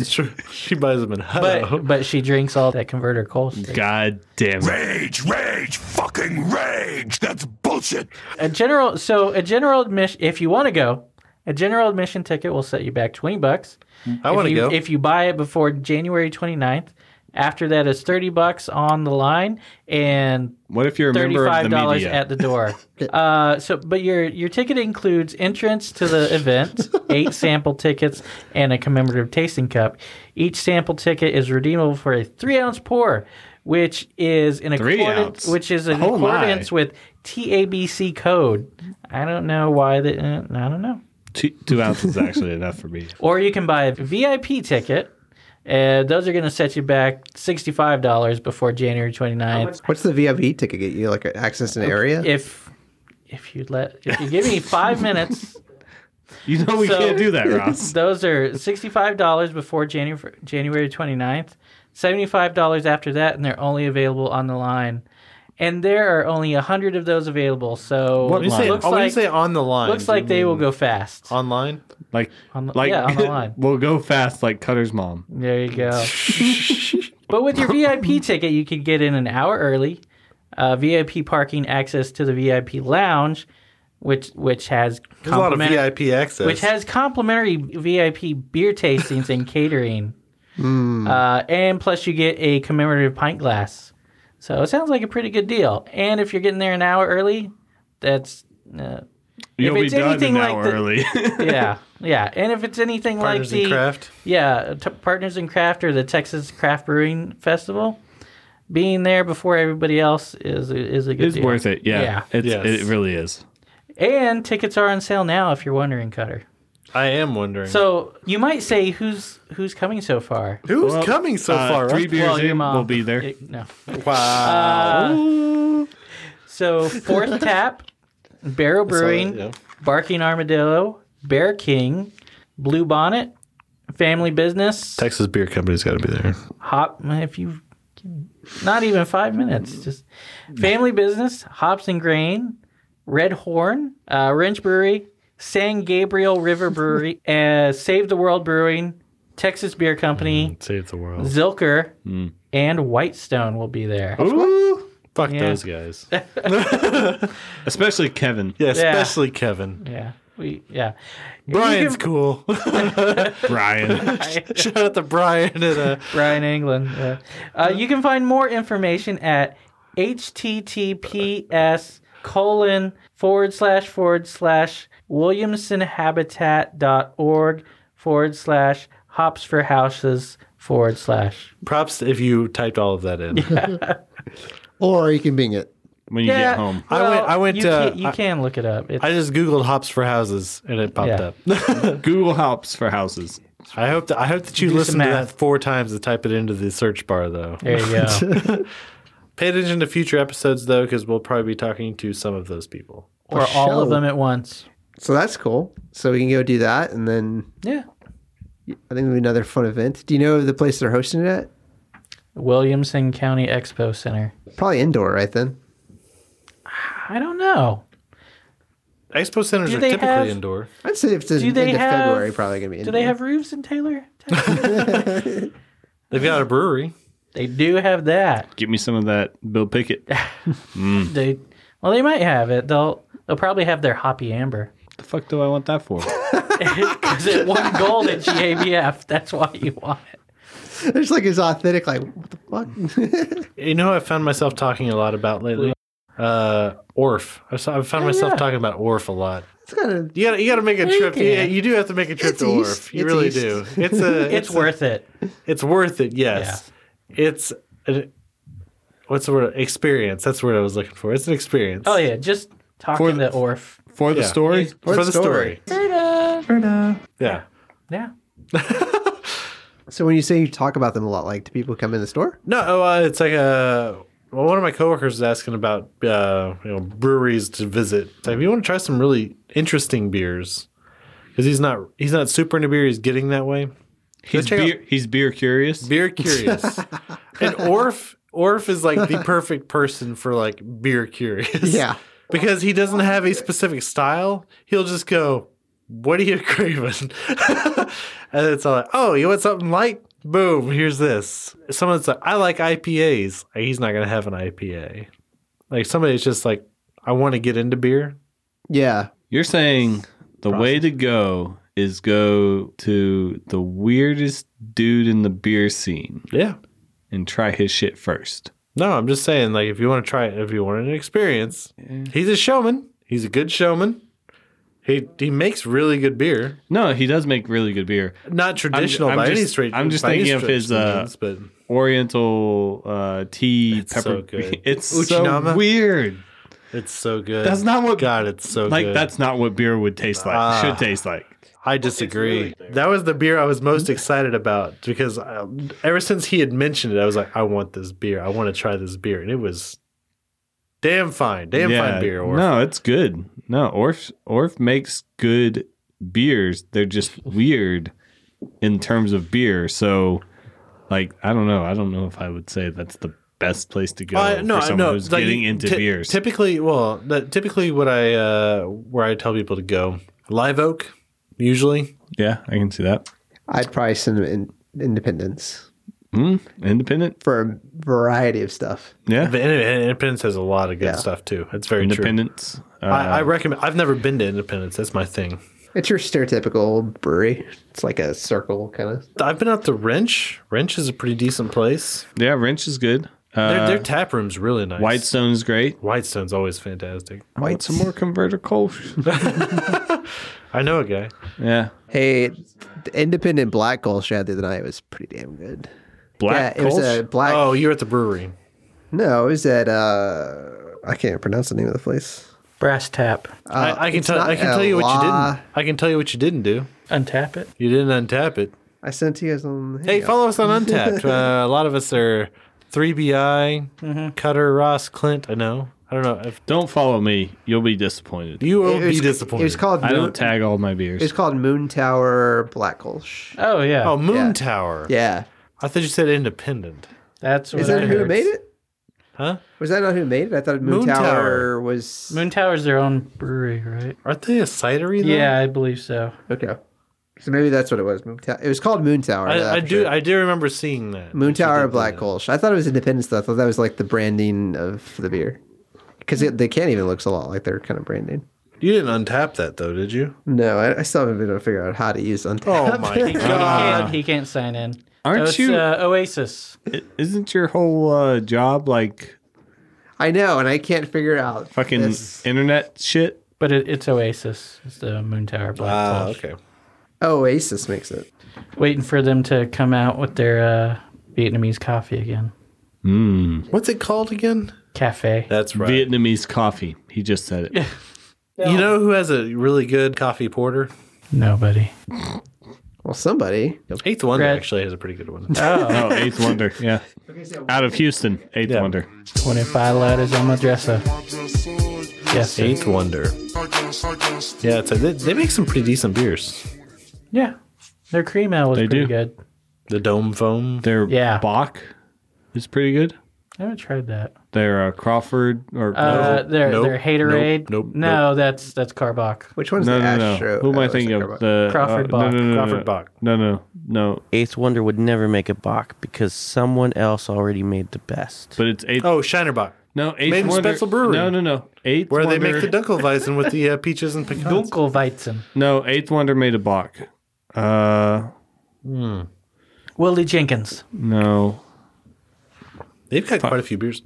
C: it's true. She buys them in Hutto.
B: but but she drinks all that converter coal. stick.
E: God damn it!
H: Rage, rage, fucking rage! That's bullshit!
B: A general so a general admission if you want to go, A general admission ticket will set you back 20 bucks.
I: I
B: If
I: want to
B: you-
I: go.
B: If you buy it before January 29th, after that is 30 bucks on the line and
E: What if you're a member of the
B: thirty-five dollars
E: media?
B: at the door. uh, so, but your your ticket includes entrance to the event, eight sample tickets, and a commemorative tasting cup. Each sample ticket is redeemable for a three ounce pour, which is in
E: Three
B: accordance,
E: ounce?
B: which is in
E: Oh, my.
B: accordance with TABC code. I don't know why the uh, I don't know.
E: two, two ounces is actually enough for me.
B: Or you can buy a VIP ticket. Uh, those are going to set you back $65 before January 29th.
D: What's the VIP ticket get you? Like access an area?
B: if if you let if you give me five minutes,
E: You know we
B: So-
E: can't do that, <laughs> Ross.
B: those are sixty five dollars before January January 29th, seventy five dollars after that, and they're only available on the line. And there are only a hundred of those available, so
I: What
B: it
I: you say,
B: looks
I: oh, when you
B: like
I: say on the line,
B: looks
I: do
B: like
I: you
B: they will
I: mean
B: go fast.
I: online.
E: Like,
B: On the-
E: like
B: yeah,
E: <laughs>
B: on the line.
E: we'll go fast like Cutter's mom.
B: There you
I: <laughs>
B: go. but with your VIP ticket, you can get in an hour early, uh, VIP parking access to the VIP lounge, which which has
I: There's a lot of
B: complimen-
I: VIP access.
B: which has complimentary VIP beer tastings and catering.
E: Hmm.
B: Uh, and plus, you get a commemorative pint glass. So it sounds like a pretty good deal. And if you're getting there an hour early, that's uh,
E: You'll be
B: it's
E: done
B: anything
E: an
B: like
E: hour
B: the- <laughs>
E: early. <laughs>
B: yeah, yeah. And if it's anything
I: partners
B: like the
I: in craft.
B: yeah, t- Partners in Craft or the Texas Craft Brewing Festival. Being there before everybody else is is a good
E: it's
B: deal.
E: worth it. Yeah,
B: Yeah.
E: It's,
I: Yes.
E: it really is.
B: And tickets are on sale now if you're wondering, Cutter.
I: I am wondering
B: So you might say who's who's coming so far?
I: who's coming so
E: Uh,
I: far.
E: three
I: Three
E: beers
B: your
E: in,
B: mom.
E: we'll be there.
B: It- no.
I: wow.
C: Uh,
B: So fourth tap, Barrel Brewing,
I: yeah.
B: Barking Armadillo, Bear King, Blue Bonnet, Family Business,
I: Texas Beer Company's got to be there.
B: hop if you not even five minutes just family business hops and grain red horn uh, wrench brewery san gabriel river brewery <laughs> uh, save the world brewing texas beer company
C: Save the world.
B: zilker
I: Hmm.
B: and whitestone will be there
I: Oh.
C: Fuck
B: Yeah.
I: <laughs>
C: those guys.
E: Especially Kevin.
I: Yeah, especially
C: <laughs>
I: Kevin.
B: yeah we yeah
I: Brian's cool.
E: <laughs> Brian.
I: Shout out to Brian at uh,
B: <laughs> Brian England. yeah. Uh, you can find more information at https colon forward slash forward slash williamsonhabitat.org forward slash hops for houses forward slash.
C: Props if you typed all of that in.
D: or you can Bing it.
E: when you get home.
I: I went- I went,
B: You,
I: uh,
B: can, you
I: I-
B: can look it up. It's,
C: I just googled hops for houses and it popped
B: Yeah.
C: up.
E: Google helps for houses.
C: I hope that I hope that you
B: Do some
C: listened to
B: math.
C: that four times to type it into the search bar though.
I: <laughs>
B: there you go.
C: Pay attention to future episodes though, because we'll probably be talking to some of those people.
B: or all of them at once.
D: So that's cool. So we can go do that, and then
B: Yeah.
D: I think it'll be another fun event. Do you know the place they're hosting it at?
B: Williamson County Expo Center.
D: Probably indoor, right then.
B: I don't know.
I: Expo centers
B: Do
I: are
B: they
I: typically
B: have-
I: indoor.
D: I'd say if it's
B: Do
D: in,
B: they
D: into
B: have-
D: February, probably gonna be.
B: Do
D: Indoor.
B: they have roofs in Taylor? Texas? <laughs>
I: They've got a brewery.
B: they do have that.
E: Get me some of that Bill Pickett. the
B: They well, they might have it. They'll they'll probably have their hoppy amber <laughs>
E: fuck do I want
C: <laughs>
E: that for?
B: because it won gold at GABF. That's why you want it.
D: <laughs> It's like it's authentic. Like what the fuck? <laughs>
C: You know who I found myself talking a lot about lately? Uh Orf. I saw, I found myself
B: yeah.
C: talking about Orf a lot.
D: it's kind of
C: Oh, You gotta you gotta make a trip.
B: can.
C: Yeah, you do have to make a trip
D: It's
C: to
D: east.
C: Orf. You
D: It's
C: really
D: east.
C: do. It's
B: <laughs>
C: a
B: It's worth it.
C: It's worth it. Yes. It's an, what's the word? Experience. That's the word I was looking for. It's an experience.
B: Oh yeah, just talking
E: For the-
B: to Orf.
E: For the
C: Yeah.
E: story?
C: For,
D: For
C: the
D: the
C: story. Yeah.
B: Yeah,
D: So when you say you talk about them a lot, like do people come in the store?
C: No, oh, uh, it's like a. Well, one of my coworkers is asking about uh, you know breweries to visit. It's like, if you want to try some really interesting beers, because he's not he's not super into beer. He's getting that way.
E: He's
C: check out-
E: beer, he's beer curious.
C: Beer curious, <laughs> and Orf Orf is like the perfect person for like beer curious.
D: <laughs> Yeah.
C: because he doesn't have a specific style. He'll just go, "What are you <laughs> craving?" and it's all like, "Oh, you want something light? Boom! Here's this." Someone's like, "I like IPAs." Like, he's not gonna have an IPA. Like somebody's just like, "I want to get into beer."
D: Yeah.
E: You're saying The way to go is go to the weirdest dude in the beer scene.
C: Yeah.
E: And try his shit first.
C: No, I'm just saying, like, if you want to try it, if you want an experience, he's a showman. He's a good showman. He he makes really good beer.
E: No, he does make really good beer.
C: Not traditional
E: I'm
C: by
E: just,
C: any straight.
E: I'm just
C: by any
E: thinking of
C: stretch
E: his uh,
C: means, but
E: Oriental uh, tea
C: It's
E: pepper.
C: so good.
E: <laughs> It's so
C: Uchinama?
E: weird.
C: it's so good.
E: That's not what
C: God. It's so
E: like.
C: good.
E: That's not what beer would taste like.
C: Ah.
E: Should taste like.
C: I disagree. that was the beer I was most excited about because I, ever since he had mentioned it, I was like, I want this beer. I want to try this beer, and it was damn fine, damn fine beer. Orf.
E: No, it's good. No, Orf Orf makes good beers. They're just weird in terms of beer. So, like, I don't know. I don't know if I would say that's the best place to go
C: I-
E: for someone who's
C: like,
E: getting into
C: ty-
E: beers.
C: Typically, well, that, typically what I uh, where I tell people to go, Live Oak, usually.
E: yeah, I can see that.
D: I'd probably send them in Independence
E: Mm, independent.
D: for a variety of stuff.
E: Yeah,
C: But anyway, Independence has a lot of good
D: Yeah.
C: stuff too. It's very
E: independence. Uh,
C: true. I, I recommend. I've never been to Independence. That's my thing.
D: It's your stereotypical brewery. It's like a circle kind of.
C: I've been out to Wrench. Wrench is a pretty decent place.
E: yeah, Wrench is good. Uh,
C: their, their tap room's really nice.
E: Whitestone is great.
C: Whitestone's always fantastic.
E: I want some more
C: <laughs>
E: converter Kolsch.
C: I know a guy.
E: yeah,
D: Hey, the independent black Kolsch I had the other night was pretty damn good.
E: black
D: yeah, it was
E: Kolsch?
D: a black.
C: Oh, you're at the brewery.
D: No, it was at uh, I can't pronounce the name of the place.
B: Brass tap.
D: Uh,
C: I, I can
D: it's
C: tell.
D: not
C: I can tell you what you
D: Ella.
C: didn't. I can tell you what you didn't do.
B: Untap it.
C: You didn't untap it.
D: I sent you guys on.
C: Hey, follow us on
D: <laughs>
C: Untapped. Uh, a lot of us are 3BI,
D: Mm-hmm.
C: Cutter, Ross, Clint. I know. I don't know. If
E: Don't follow me. You'll be disappointed.
C: you will
D: It was-
C: be disappointed.
D: It was called.
E: I
D: Moon,
E: don't tag all my beers.
D: it's called Moon Tower Black Kolsch.
B: Oh yeah.
C: oh, Moon
D: yeah.
C: Tower.
D: Yeah,
C: I thought you said Independent.
B: that's what
D: is that
B: I
D: who
B: heard.
D: made it?
C: Oh, Huh?
D: Was that not who made it? I thought Moon,
C: Moon
D: Tower,
C: Tower.
D: was
B: Moon Tower's their own brewery, right?
C: Aren't they a cidery? Though?
B: Yeah, I believe so.
D: okay. So maybe that's what it was. Moon Tower. It was called Moon Tower.
C: I,
D: yeah,
C: I
D: for
C: do.
D: sure.
C: I do remember seeing that.
D: Moon
C: She did
D: Tower
C: do
D: Black
C: that.
D: Kolsch. I thought it was Independence. Though. I thought that was like the branding of the beer because they can't even looks a lot like their kind of branding.
C: You didn't untap that though, did <laughs> you?
D: No, I, I still haven't been able to figure out how to use Untap. <laughs>
C: Oh my
B: He
C: god!
B: can't. He can't sign in.
E: Aren't
B: Oh, it's,
E: you-
B: uh, Oasis?
E: I- Isn't your whole uh, job like
D: I know, and I can't figure out
E: fucking
D: this.
E: internet shit?
B: But it, it's Oasis. It's the Moon Tower Black
C: <laughs> Ah,
B: Kolsch.
C: okay.
D: Oasis makes it.
B: Waiting for them to come out with their uh, Vietnamese coffee again.
C: What's it called again?
B: Cafe.
C: That's right.
E: Vietnamese coffee. He just said it.
C: You know who has a really good coffee porter?
B: Nobody.
D: Well, somebody.
C: Eighth Wonder
B: Red.
C: actually has a pretty good one.
E: Oh, Eighth <laughs> Wonder. Yeah. Out of Houston, Eighth
C: Yeah.
E: Wonder.
B: Twenty-five letters on my dresser. Yes. sir.
C: Eighth Wonder. Yeah, it's a, they, they make some pretty decent beers.
B: Yeah. Their cream ale was
E: They
B: pretty
E: do.
B: good.
C: The Dome Foam.
E: Their
B: Yeah.
E: Bach is pretty good.
B: I haven't tried that.
E: Their uh, Crawford or
B: Uh, their
C: nope,
B: their haterade.
C: nope, nope,
B: no, that's that's Carbach.
D: Which one's
E: no,
D: the
E: no, no.
D: Astro?
E: Who am
D: oh,
E: I
D: it's
E: thinking
D: the
E: of?
D: Carbach.
E: The
B: Crawford
E: uh,
B: Bach.
E: No, no, no, no,
C: Crawford
E: no.
C: Bach.
E: No, no, no.
J: Eighth Wonder would never make a Bach because someone else already made the best.
E: But it's Eighth.
C: Oh, Shinerbach.
E: no, Eighth
C: Made in
E: Wonder.
C: Spetzl Brewery.
E: No, no, no. Eighth
C: Where they
E: Wonder.
C: make the Dunkelweizen with the uh, peaches and pecans.
B: Dunkelweizen.
E: no, Eighth Wonder made a Bach. Uh,
B: Willie Jenkins.
E: no.
C: They've got quite a few beers.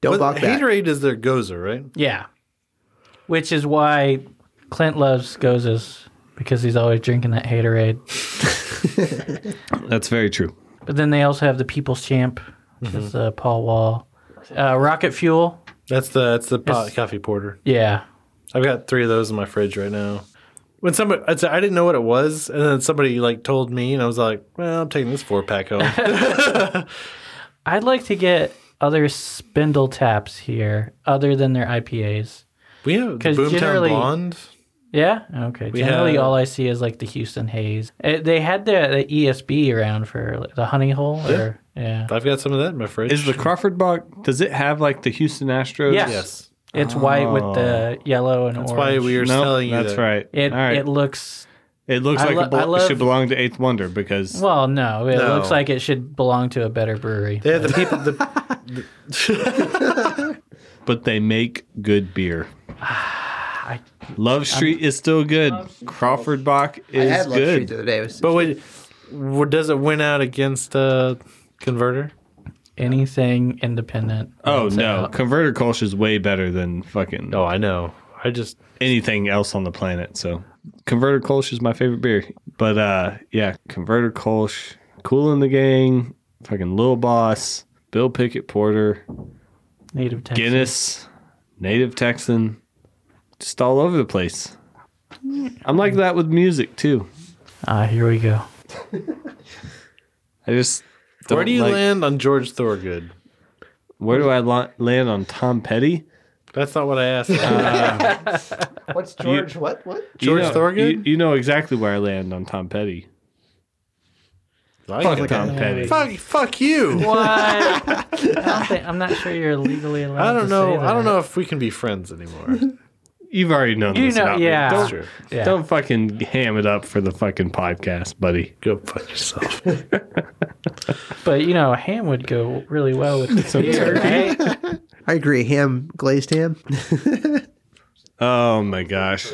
D: Don't
C: But
D: balk that.
C: Haterade is their gozer, right?
B: Yeah. Which is why Clint loves Gozes because he's always drinking that haterade.
E: That's very true.
B: But then they also have the People's Champ, which is
C: Mm-hmm.
B: uh, Paul Wall. Uh, Rocket Fuel.
C: That's the that's the pot
B: Yes.
C: coffee porter.
B: Yeah.
C: I've got three of those in my fridge right now. When somebody, I'd say- I didn't know what it was, and then somebody like told me, and I was like, "Well, I'm taking this four pack
B: <laughs>
C: home."
B: I'd like to get other spindle taps here other than their IPAs.
C: we have the
B: 'Cause
C: Boomtown
B: generally-
C: Blonde.
B: Yeah. Okay. Generally,
C: have-
B: all I see is like the Houston Haze. Uh, they had the, the ESB around for like, the Honey Hole. Or, yeah.
C: I've got some of that in my fridge.
E: Is the Crawford Bach? Does it have like the Houston Astros?
B: Yes.
C: yes?
B: It's white with the yellow and
C: oh. That's
B: orange.
C: why we were
E: No,
C: telling you
E: that's
C: that.
E: right.
B: It,
E: All right.
B: it looks
E: It looks
B: I
E: like
B: lo-
E: it, bel-
B: I
E: it
B: love-
E: should belong to Eighth Wonder because
B: well. No, it
C: No.
B: looks like it should belong to a better brewery.
C: They have the people. The,
B: <sighs>
E: but they make good beer. Love Street is still good. Crawford Bach is
D: had Love
E: good.
D: Street the other day. It was
C: But wait, what, does it win out against uh, Converter?
B: Anything independent.
E: Oh
B: wins
E: no,
B: out.
E: Converter Kolsch is way better than fucking.
C: Oh, I know. I just
E: anything else on the planet. So Converter Kolsch is my favorite beer. But uh yeah, Converter Kolsch, Cool in the Gang, fucking Lil Boss, Bill Pickett Porter,
B: Native Texas.
E: Guinness, Native Texan, just all over the place. I'm like that with music too.
B: Ah, here we
C: <laughs>
B: go.
E: I just
C: Where
E: don't
C: do you
E: like-
C: land on George Thorogood?
E: Where do I la- land on Tom Petty?
C: That's not what I asked. Uh,
D: <laughs> What's George? what? What?
C: George
E: you know,
C: Thorogood?
E: You, you know exactly where I land on Tom Petty. Fuck Tom Petty.
C: fuck, fuck you.
B: What? I don't think, I'm not sure you're legally allowed.
C: I don't
B: to
C: know.
B: Say that.
C: I don't know if we can be friends anymore.
E: You've already known
B: You
E: this
B: know-
E: about me.
B: yeah.
E: Don't-
C: That's true.
B: Yeah.
E: Don't fucking ham it up for the fucking podcast, buddy.
C: Go fuck yourself.
B: But you know, ham would go really well with this beer,
C: <laughs>
B: right?
D: I agree. Ham, glazed ham. <laughs>
E: Oh my gosh.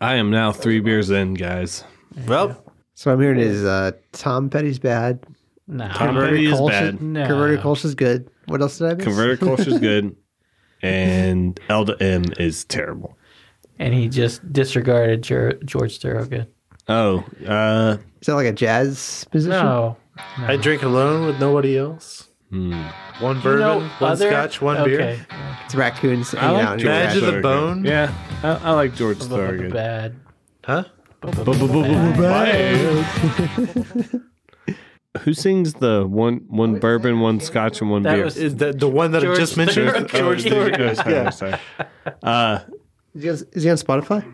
E: I am now three beers in, guys.
C: <laughs> well,
D: So I'm hearing is uh, Tom Petty's bad.
B: No.
E: Tom Petty is
D: Kolsch-
E: bad.
B: No.
D: Converter Kolsch is good. What else did I miss?
E: Converter Kolsch is
C: <laughs>
E: good. And Elda M is terrible.
B: And he just disregarded Ger- George Thorogood.
E: Oh, uh,
D: Is that like a jazz position?
B: No.
C: I drink alone with nobody else.
E: Hmm.
C: One bourbon,
B: No
C: one
B: other-
C: scotch, one
B: Okay.
C: beer.
D: It's raccoons
E: I
D: hanging
E: like
D: out in
E: George
D: your
C: Badge of
D: backyard.
C: the
E: Thorogood.
C: bone.
E: yeah, I, I like George Thorogood.
B: Bad.
C: Huh?
E: Who sings the one one bourbon, one scotch, and one
B: That
E: beer?
B: was-
C: Is that the one that
B: George
C: I just mentioned?
B: Thorogood. <laughs>
E: Oh,
B: George
E: did you- oh, sorry,
C: Yeah.
E: sorry.
D: Is he on- Is he on Spotify?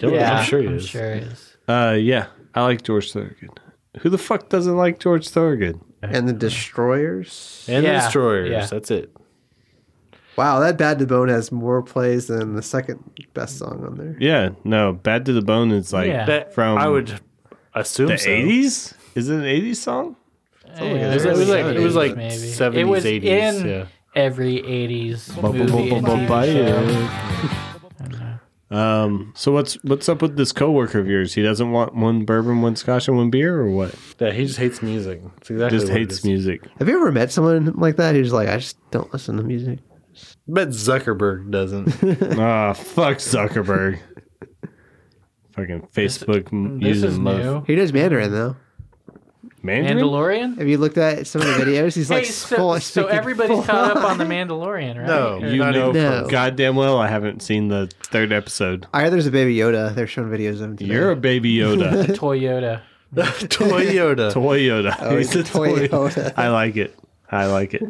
C: Yeah, I'm sure he is.
B: sure he is.
E: Uh, yeah, I like George Thorogood. Who the fuck doesn't like George Thorogood?
D: And the Destroyers.
C: And
B: Yeah.
C: the destroyers.
B: Yeah.
C: That's it.
D: Wow, that Bad to Bone has more plays than the second best song on there.
E: Yeah, no, Bad to the Bone is like
B: Yeah.
C: That-
E: from
C: I would assume
E: the
C: so.
E: eighties. Is it an eighties song?
B: Yeah,
C: It was, like it was like
B: maybe. It was
C: seventies, eighties.
B: in
C: Yeah.
B: every 80s
E: Bu- bu- bu-
B: movie
E: bu-
B: and
E: bu-
B: TV show.
E: Um. So what's what's up with this coworker of yours? He doesn't want one bourbon, one scotch, and one beer, or what?
C: Yeah, he just hates music. That's exactly
E: Just
C: what it
E: hates
C: is.
E: music.
D: Have you ever met someone like that who's like, I just don't listen to music?
C: Bet Zuckerberg doesn't.
E: Ah, fuck Zuckerberg. Fucking Facebook m-
B: This is
E: using
B: new.
E: mother-
D: He does Mandarin though.
E: Mandarin.
B: Mandalorian?
D: Have you looked at some of the videos? He's
B: Hey,
D: like full.
B: so, so
D: speaking full-
B: everybody's caught up on the Mandalorian, right?
C: No,
B: Or-
E: You
C: Not
E: know,
D: even close.
E: goddamn well, I haven't seen the third episode.
D: Either there's a baby Yoda. They're showing videos of him. Today.
E: You're a baby
B: <laughs>
E: Yoda.
B: Toyota.
C: <laughs> Toyota.
E: Toyota.
D: Oh,
E: <laughs>
D: he's a Toyota.
E: I like it. I like it.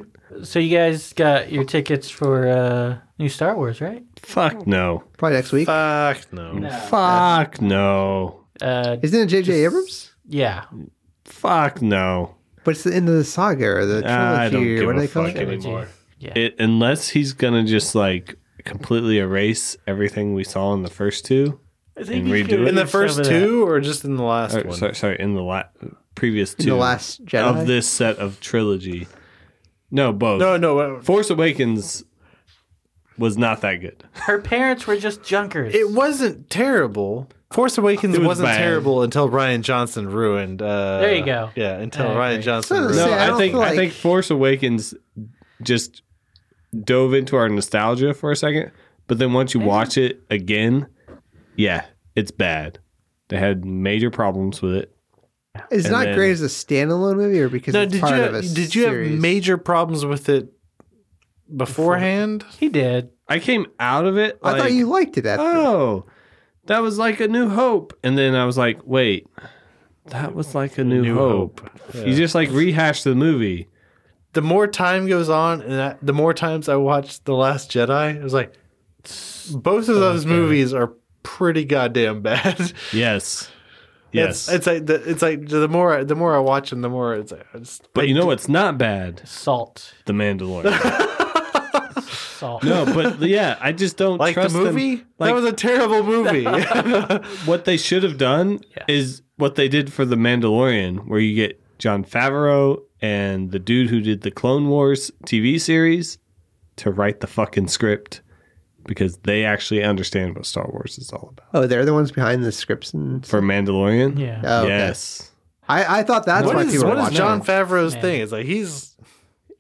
B: So you guys got your tickets for uh, new Star Wars, right?
E: Fuck no.
D: Probably next week.
C: Fuck no.
E: Fuck no.
B: Uh,
D: Isn't it J.J. Abrams?
B: yeah.
E: Fuck no.
D: But it's the end of the saga or the
E: I don't
D: trilogy
E: give
D: or what do
E: a
D: they call
E: fuck
D: it?
E: anymore.
B: Yeah.
E: It, unless he's gonna just like completely erase everything we saw in the first two.
B: I
E: think And he's redo gonna it?
C: In the first two or just in the last
E: Or,
C: one?
E: sorry, sorry, in the la- previous two.
D: The Last Jedi.
E: of this set of trilogy. No, both.
C: No, no. uh,
E: Force Awakens was not that good.
B: Her parents were just junkers.
C: It wasn't terrible. Force Awakens
E: It was
C: was not
E: bad.
C: terrible until Ryan Johnson ruined. Uh,
B: There you go.
C: Yeah, until
B: I
C: Ryan
B: agree.
C: Johnson
D: So-
C: ruined.
E: No,
D: See, I
E: I,
D: don't
E: think
D: feel
E: I
D: like-
E: think Force Awakens just dove into our nostalgia for a second, but then once you watch it again, yeah, it's bad. They had major problems with it.
D: It's
E: And
D: not
E: then-
D: great as a standalone movie or because
C: No,
D: it's
C: did you
D: part
C: have,
D: of a
C: did you
D: series?
C: have major problems with it beforehand?
B: he did.
E: I came out of it.
D: I
E: like,
D: thought you liked it. At
B: uh,
E: Oh, that was like a new hope, and then I was like, wait, that was like a new,
C: New
E: hope. You just like rehashed the movie.
C: The more time goes on, and I, the more times I watched The Last Jedi, it was like both of those movies are pretty goddamn bad. <laughs>
E: Yes.
C: It's-
E: Yes.
C: it's, like the, it's like the more the more I watch them, the more it's. Like, it's
E: but you know what's not bad?
B: Salt.
E: The Mandalorian.
B: Salt.
E: no, but yeah, I just don't
C: like the
E: trust them.
C: movie.
E: Like-
C: that was a terrible movie.
E: <laughs>
C: <laughs>
E: What they should have done is what they did for the Mandalorian, where you get John Favreau and the dude who did the Clone Wars TV series to write the fucking script. because they actually understand what Star Wars is all about.
D: Oh, they're the ones behind the scripts and
E: For Mandalorian?
B: Yeah.
D: Oh, okay.
E: Yes.
D: I, I thought that's
I: What
D: why
I: is,
D: people were
I: what is
D: watching.
I: John Favreau's
B: Man.
I: thing? It's like he's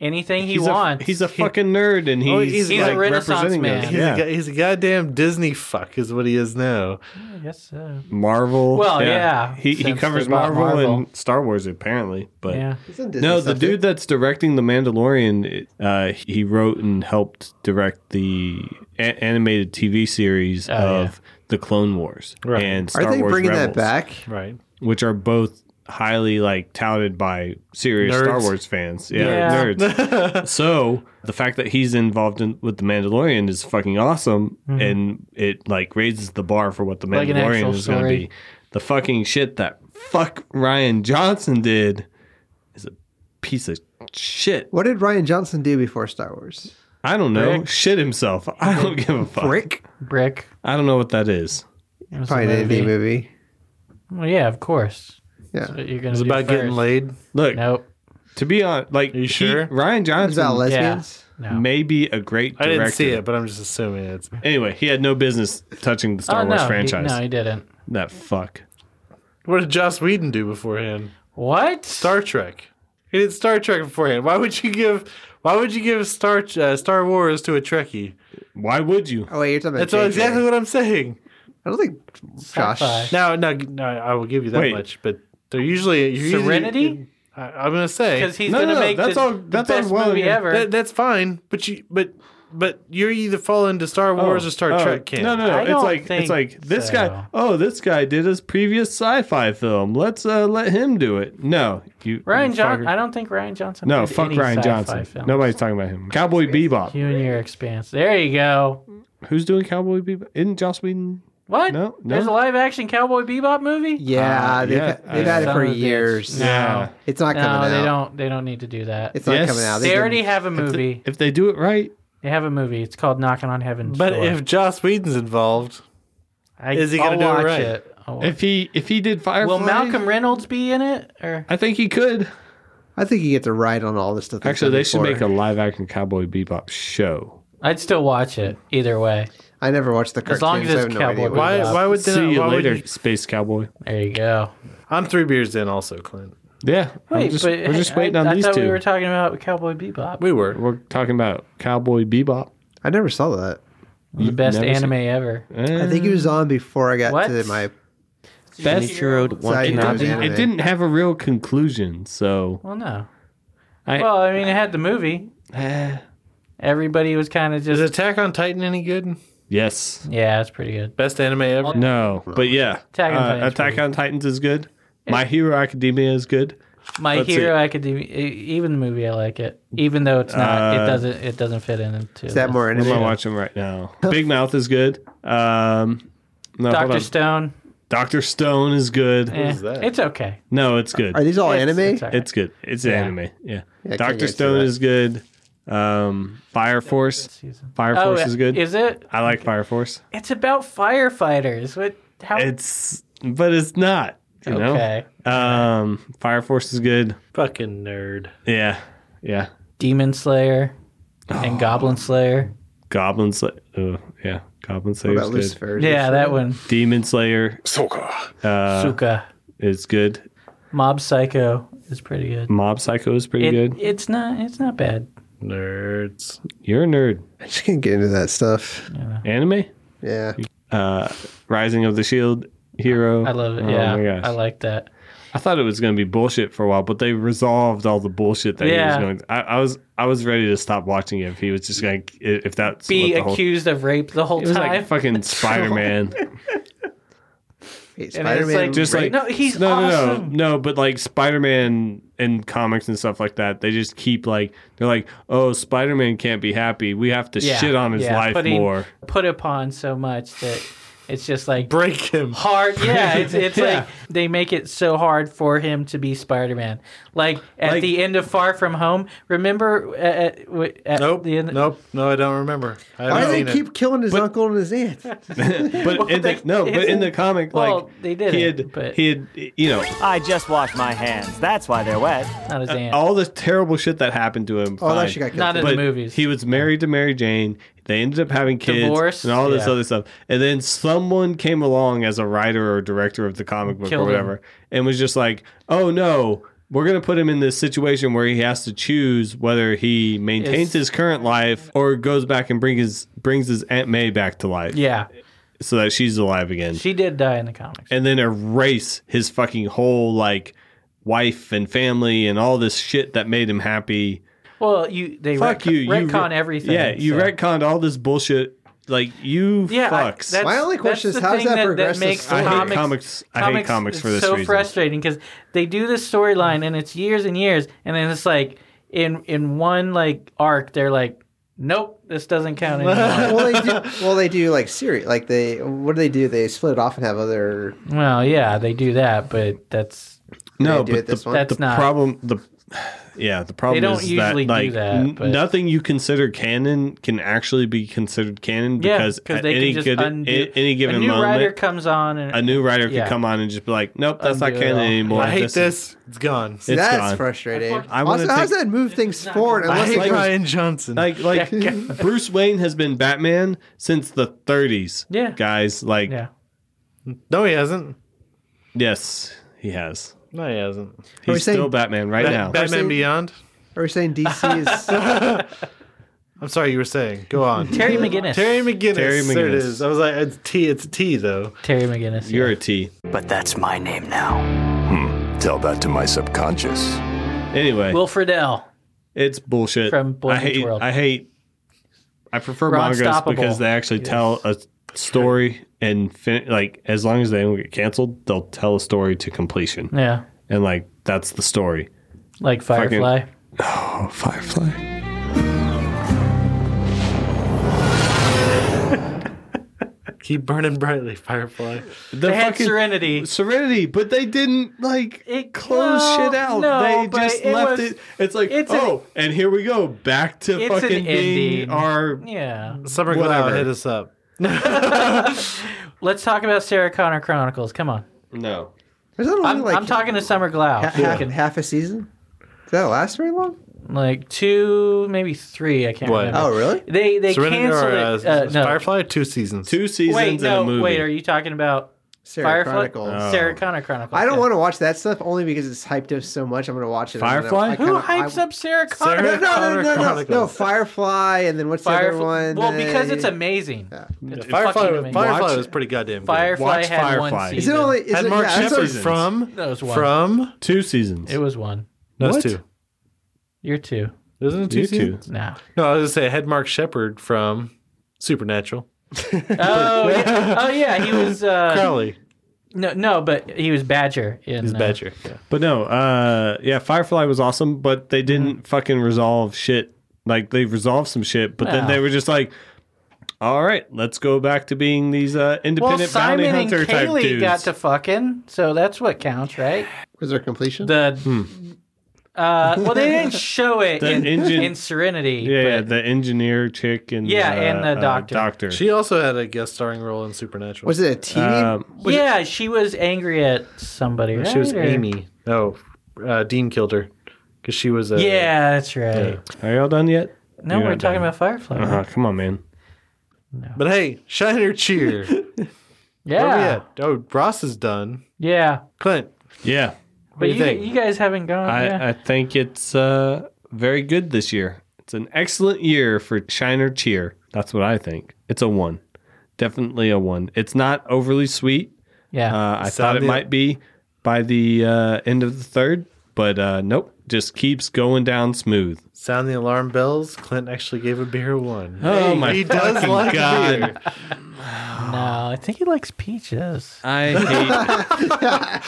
B: Anything he
E: He's a-
B: wants.
E: he's a fucking nerd and he's,
I: Oh, he's-
B: he's a
E: like
B: renaissance
E: representing
B: man.
E: us.
I: he's,
E: Yeah.
I: a, go- he's a goddamn Disney fuck is what he is now.
B: I guess so.
E: Marvel.
B: Well, yeah,
E: He, he
B: since
E: covers
B: they bought
E: Marvel,
B: Marvel.
E: and Star Wars apparently, but
B: Yeah.
E: no, the dude that's directing the Mandalorian, uh, he wrote and helped direct the a- animated TV series
B: Oh,
E: of the Clone Wars
C: Right.
E: and Star
D: Are they
E: Wars
D: bringing that
E: Rebels,
D: back?
C: Right.
E: which are both highly like touted by serious
I: Nerds.
E: Star Wars fans. Yeah,
B: Yeah.
I: <laughs>
E: nerds. so the fact that he's involved in with the Mandalorian is fucking awesome,
I: Mm-hmm.
E: and it like raises the bar for what the
B: Like an
E: Mandalorian
B: actual
E: is going to
B: story.
E: be. The fucking shit that fuck Ryan Johnson did is a piece of shit.
D: What did Ryan Johnson do before Star Wars?
E: I don't know. Shit himself. I
I: <laughs>
E: don't give a fuck.
D: Brick?
B: Brick.
E: I don't know what that is.
B: It was a
D: Probably an indie movie.
B: Well, yeah, of course.
D: Yeah.
B: That's what you're gonna
I: It's
B: do
I: about getting
B: first.
I: laid.
E: Look,
B: Nope.
E: to be on, like,
I: you
E: he-
I: sure?
E: Ryan
D: It's about
E: Johnson
D: lesbians?
B: No.
E: may be a great
I: I
E: director.
I: didn't see it, but I'm just assuming it's.
E: Anyway, he had no business touching the Star
B: oh,
E: Wars
B: no, he-
E: franchise.
B: no, he didn't.
E: that fuck.
I: What did Joss Whedon do beforehand?
B: What?
I: Star Trek. He did Star Trek beforehand. Why would you give? Why would you give Star uh, Star Wars to a Trekkie?
E: Why would you?
D: Oh wait, you're talking about
I: That's
D: JJ.
I: exactly what I'm saying.
D: I don't think Josh.
B: Sci-fi.
I: No,
B: Uh,
I: no, no. I will give you that
E: Wait.
I: much, but they're usually you're usually-
B: Serenity?
I: I, I'm gonna say
B: Because he's
E: No, no,
B: gonna
E: no,
B: make
E: that's
B: the,
E: all-
B: the
E: that's all
B: best
E: well,
B: movie
E: yeah.
B: ever.
I: that, that's fine. But you, but but you're either fall into Star Wars or Star
E: oh,
I: Trek camp.
E: No, no, no.
B: I
E: It's
B: don't
E: like
B: think
E: it's like this
B: so.
E: guy. Oh, this guy did his previous sci-fi film. Let's uh, let him do it. No, you
B: Ryan
E: you
B: Johnson.
E: fucker.
B: I don't think Ryan Johnson.
E: No,
B: did
E: fuck
B: any
E: Ryan
B: sci-fi
E: Johnson.
B: Film.
E: Nobody's talking about him. Cowboy Bebop.
B: You and your expanse. There you go.
E: Who's doing Cowboy Bebop? Isn't Joss Whedon?
B: What?
E: No, no.
B: There's a live action Cowboy Bebop movie?
D: Yeah,
E: Uh,
D: they've,
E: yeah,
D: they've had it
B: Son
D: for
B: of a bitch.
D: years.
B: No.
D: It's not
B: No,
D: coming out.
B: they don't they don't need to do that.
D: It's not
E: Yes.
D: coming out.
B: they
D: didn't-
B: already have a movie.
E: If they do it right,
B: they have a movie. It's called Knocking on Heaven's
I: But
B: Door.
I: if Joss Whedon's involved,
B: I,
I: is he gonna
B: I'll
I: do it
B: watch
I: right?
B: it? I'll watch
E: if he if he did Firefly,
B: Will Malcolm Reynolds be in it? Or
E: I think he could.
D: I think you get to ride on all this stuff. they've
E: Actually,
D: done
E: they should
D: before.
E: make a live action Cowboy Bebop show.
B: I'd still watch it either way.
D: I never watched the cartoon.
B: As long as
D: so I
B: it's
D: have no
B: Cowboy
D: idea what-
I: why
B: Bebop.
I: why would they?
E: See you
I: why would
E: later,
I: he-
E: Space Cowboy.
B: There you go.
I: I'm three beers in, also, Clint.
E: Yeah, I'm just-
B: but
E: we're just
B: hey,
E: waiting
B: I,
E: on
B: I
E: these
B: thought
E: two.
B: we were talking about Cowboy Bebop.
I: We were.
E: We're talking about Cowboy Bebop.
D: I never saw that.
B: the best
E: never
B: anime ever.
D: I think it was on before I got
B: Mm. What?
D: to my.
G: Shinichiro
D: Sorry,
E: It,
D: Not
G: Watanabe.
D: dude.
E: didn't,
D: anime.
E: it didn't have a real conclusion, so
B: Well, no.
E: I
B: Well, I mean, it had the
E: <sighs>
B: movie.
E: eh,
B: Everybody was kind of
I: Is
B: just
I: Attack on Titan any good?
E: yes,
B: yeah, it's pretty good.
I: Best anime ever.
E: no, but yeah,
B: Attack on
E: Uh,
B: Titan's
E: Attack
B: pretty-
E: on Titans is good. My Hero Academia is good.
B: My
E: Let's
B: Hero
E: see.
B: Academia, e- even the movie, I like it. Even though it's not,
E: Uh,
B: it doesn't, it doesn't fit in into
D: Is that
B: this.
D: more
E: What am I
D: anime?
E: watching right now? Big Mouth is good. Um, no,
B: Doctor
E: Doctor
B: Stone.
E: Doctor Stone is good.
B: eh,
I: is that?
B: It's okay.
E: No, it's good.
D: Are these all
B: It's-
D: Oh, anime?
B: it's all right.
E: It's good. It's anime. Yeah.
D: Yeah, I can't
E: Doctor
D: get to
E: Stone
D: that.
E: is good. Um, Fire Force.
B: season.
E: Fire
B: Oh,
E: Force is good.
B: Is it?
E: I like Fire Force.
B: It's about firefighters. What? How?
E: It's but it's not. You
B: okay.
E: know. Um, Fire Force is good.
C: Fucking nerd.
E: Yeah. Yeah.
B: Demon Slayer
E: Oh.
B: and Goblin Slayer.
E: Goblin Slayer. Oh, yeah. Goblin Slayer
D: About
E: is good.
D: Lucifer. is
B: Yeah,
D: it?
B: that one.
E: Demon Slayer uh,
B: Suka.
E: is good.
B: Mob Psycho is pretty good.
E: Mob Psycho is pretty
B: It,
E: good.
B: It's not. It's not bad.
C: Nerds.
E: You're a nerd.
D: I <laughs> just can't get into that stuff.
E: Anime.
D: Yeah.
E: Uh, Rising of the Shield Hero.
B: I love it.
E: Oh
B: yeah,
E: my gosh.
B: I like that.
E: I thought it was going to be bullshit for a while, but they resolved all the bullshit that
B: Yeah.
E: he was going. I, I was I was ready to stop watching it if he was just going. to If that's
B: Be
E: what the whole,
B: accused of rape the whole
E: It was
B: time. <laughs>
E: like fucking Spider Man.
D: Wait,
B: And it's
D: Spider-Man.
B: like-
E: just like
B: No, he's
E: no no no
B: awesome.
E: no. But like Spider Man in comics and stuff like that, they just keep like they're like, oh, Spider Man can't be happy. We have to
B: Yeah,
E: shit on his
B: yeah,
E: life
B: putting- <laughs>
E: more.
B: Put upon so much that it's just like
I: Break him.
B: hard.
E: <laughs>
B: Yeah, it's, it's like they make it so hard for him to be Spider Man. Like at
E: Like-
B: the end of Far From Home, remember at, at, w- at
I: Nope.
B: the end.
I: Nope. No, I don't remember. I
D: Why do
I: haven't
D: they
I: seen it.
D: keep killing his uncle and
B: <laughs>
D: his aunt?
E: But in the,
B: they-
E: no, but in the comic,
B: Well,
E: like
B: they did
E: he
B: it,
E: had
B: but-
E: he had you know
K: I just washed my hands. That's why they're wet.
B: Not his aunt.
E: all the terrible shit that happened to him.
D: Oh,
E: fine.
D: that she got killed.
B: Not in
E: but
B: the movies.
E: He was married to Mary Jane. They ended up having kids
B: Divorce,
E: and all this
B: yeah.
E: other stuff. And then someone came along as a writer or director of the comic book
B: Killed
E: or
B: him.
E: whatever and was just like, oh no, we're going to put him in this situation where he has to choose whether he maintains
B: Is-
E: his current life or goes back and bring his, brings his Aunt May back to life.
B: Yeah.
E: So that she's alive again
B: She did die in the comics.
E: and then erase his fucking whole like wife and family and all this shit that made him happy.
B: Well, you they
E: Fuck
B: retcon,
E: you, you
B: retcon
E: re-
B: everything.
E: Yeah, you
B: so-
E: retconned all this bullshit. Like you
B: Yeah, I-
E: fucks.
B: that's-
D: My only
B: that's
D: question is
B: the
D: how does
B: thing
D: that progress the
B: makes
E: I
D: story?
E: hate
B: comics,
E: comics- I hate comics for
B: it's
E: this
B: so
E: reason.
B: frustrating because they do this storyline and it's years and years, and then it's like in in one like arc they're like, nope, this doesn't
D: <laughs>
B: count anymore.
D: well,
B: <laughs>
D: they do. Well, they do like series. Like they, what do they do? They split it off and have other.
B: well, yeah, they do that, but that's
E: no,
D: they do
E: but
D: it this
E: the,
D: one?
E: the
B: That's not-
E: problem the yeah the problem
B: don't
E: is
B: usually do
E: that like
B: that,
E: n-
B: but-
E: nothing you consider canon can actually be considered canon
B: yeah
E: because at
B: they
E: any
B: can just
E: good,
B: undo.
E: a- any given
B: a new
E: moment
B: writer comes on and
E: a new writer could
B: yeah.
E: come on and just be like nope that's
B: Undo
E: not
B: it
E: canon
B: all.
E: anymore
I: I hate
E: This
I: this.
E: is-
I: It's gone.
E: It's
D: That's
E: gone.
D: frustrating.
E: I wanna
D: also, how does
E: take-
D: that move things forward?
I: I
D: Unless
I: hate
D: it goes-
I: Ryan Johnson.
B: <laughs>
E: like like Bruce Wayne has been Batman since the 30s.
B: Yeah.
E: guys, like
B: yeah.
I: no, he hasn't.
E: yes, he has.
I: No, he hasn't.
D: Are we
E: He's still
D: saying-
E: Batman right
I: Ba-
E: now.
I: Batman
D: saying-
I: Beyond.
D: Are we
B: <laughs>
D: saying DC is?
I: I'm sorry, you were saying. Go on.
B: Terry McGinnis.
I: Terry McGinnis.
E: Terry
I: There it
E: McGinnis.
I: is. I was like, it's T. It's T though.
B: Terry McGinnis. yeah.
E: You're a T.
H: But that's my name now.
L: Tell that to my subconscious.
E: Anyway,
B: Will Friedle.
E: it's bullshit.
B: from Boy
E: I
B: Meets
E: hate.
B: World.
E: I hate. I prefer
B: Ron
E: mangas
B: Stoppable.
E: because they actually tell a story and fin- like as long as they don't get canceled, they'll tell a story to completion
B: Yeah,
E: and like that's the story.
B: like Firefly.
E: Oh, Firefly.
I: Keep burning brightly, Firefly.
E: The
B: They had
E: fucking-
B: Serenity.
E: Serenity, but they didn't like
B: It-
E: close
B: no,
E: shit out.
B: no,
E: they
B: but
E: just
B: it
E: left
B: was-
E: it. It's like
B: it's an-
E: oh, and here we go back to
B: It's an
E: fucking being
B: ending.
E: our.
B: Yeah.
I: Summer
E: Whatever.
I: Cloud, hit us up.
B: Let's talk about Sarah Connor Chronicles. Come on.
E: No,
D: Is that only
B: I'm,
D: like
B: I'm talking to Summer Glau.
D: ha- half, half a season? Does that last very long?
B: Like two, maybe three. I can't
I: What?
B: remember.
D: Oh, really?
B: They they
I: Serenity
B: canceled
I: or uh,
B: it. Uh, no.
I: Firefly? Two seasons.
E: two seasons
B: Wait,
E: and
B: no.
E: a movie.
B: Wait, are you talking about
D: Sarah
B: Firefly?
D: Chronicles.
B: Sarah Connor Chronicles.
D: I don't
B: yeah.
D: want to watch that stuff only because it's hyped up so much. I'm going to watch it. I'm gonna-
E: Firefly?
D: I
B: Who
D: kinda-
B: hypes
D: I-
B: up Sarah Connor?
D: No, no, no,
I: Connor
D: no, no,
I: Chronicles?
D: no. Firefly, and then what's the other
B: Firefly.
D: one?
B: Well, because
D: Uh,
B: it's amazing. It's fucking
I: Firefly,
B: amazing.
I: Firefly
E: Watch-
I: was pretty goddamn good.
B: Firefly
E: Watch
B: had one
E: Firefly.
B: season.
E: Is
D: Is it only? Is
I: Had
D: it,
I: Mark
D: yeah, that's what-
I: Shepard
E: seasons.
I: from
B: That was one.
I: from
E: two seasons.
B: It was one.
I: no, it's
E: What?
I: two.
B: You're two.
I: Isn't it two?
E: You
I: seasons?
E: two.
D: <laughs>
B: Nah.
I: No, I was gonna say it had Mark Shepard from Supernatural.
B: Oh yeah. Oh yeah. He was. Uh,
I: Crowley
B: No, no, but he was Badger. In,
I: is
B: uh,
I: Badger. Yeah.
E: But no, uh, yeah, Firefly was awesome, but they didn't fucking resolve shit. Like they resolved some shit, but then
B: Well.
E: they were just like, "All right, let's go back to being these
B: well,
E: uh, independent
B: Simon
E: bounty
B: and
E: hunter type
B: Kaylee
E: dudes."
B: got to fucking, so that's what counts, right?
D: Was there completion?
B: The uh, well, they
E: <laughs>
B: didn't show it
E: Hmm. The
B: in,
E: engine-
B: in Serenity.
E: yeah, yeah,
B: but
E: the engineer chick and
B: Yeah,
E: uh,
B: and the
E: uh,
B: doctor.
E: doctor.
I: She also had a guest starring role in Supernatural.
D: Was it a team?
E: Um,
B: yeah, she was angry at somebody. Right?
I: She was
B: Or-
I: Amy. No, uh, Dean killed her because she was a
B: Yeah, that's right.
E: are y'all done yet?
B: No,
E: You're
B: we're
E: not
B: talking
E: done.
B: about Firefly. right?
E: Uh-huh, come on, man.
I: But hey, shine or
B: <laughs>
I: cheer. Where we
B: Yeah,
I: at? Oh, Ross is done.
B: yeah.
I: Clint,
E: Yeah,
B: But
I: do
B: you,
I: you
B: you,
I: think?
B: guys haven't gone.
E: I,
B: yeah.
E: I think it's uh, very good this year. It's an excellent year for Shiner Cheer. That's what I think. It's a one, definitely a one. It's not overly sweet.
B: yeah.
E: Uh, I thought
I: Sounded-
E: it might be by the uh, end of the third, but uh, nope. Just keeps going down smooth.
I: sound the alarm bells. Clint actually gave a beer one.
E: Oh my
I: he does
E: fucking
I: like
E: God.
I: beer.
B: no, I think he likes peaches.
E: I hate.
D: yeah,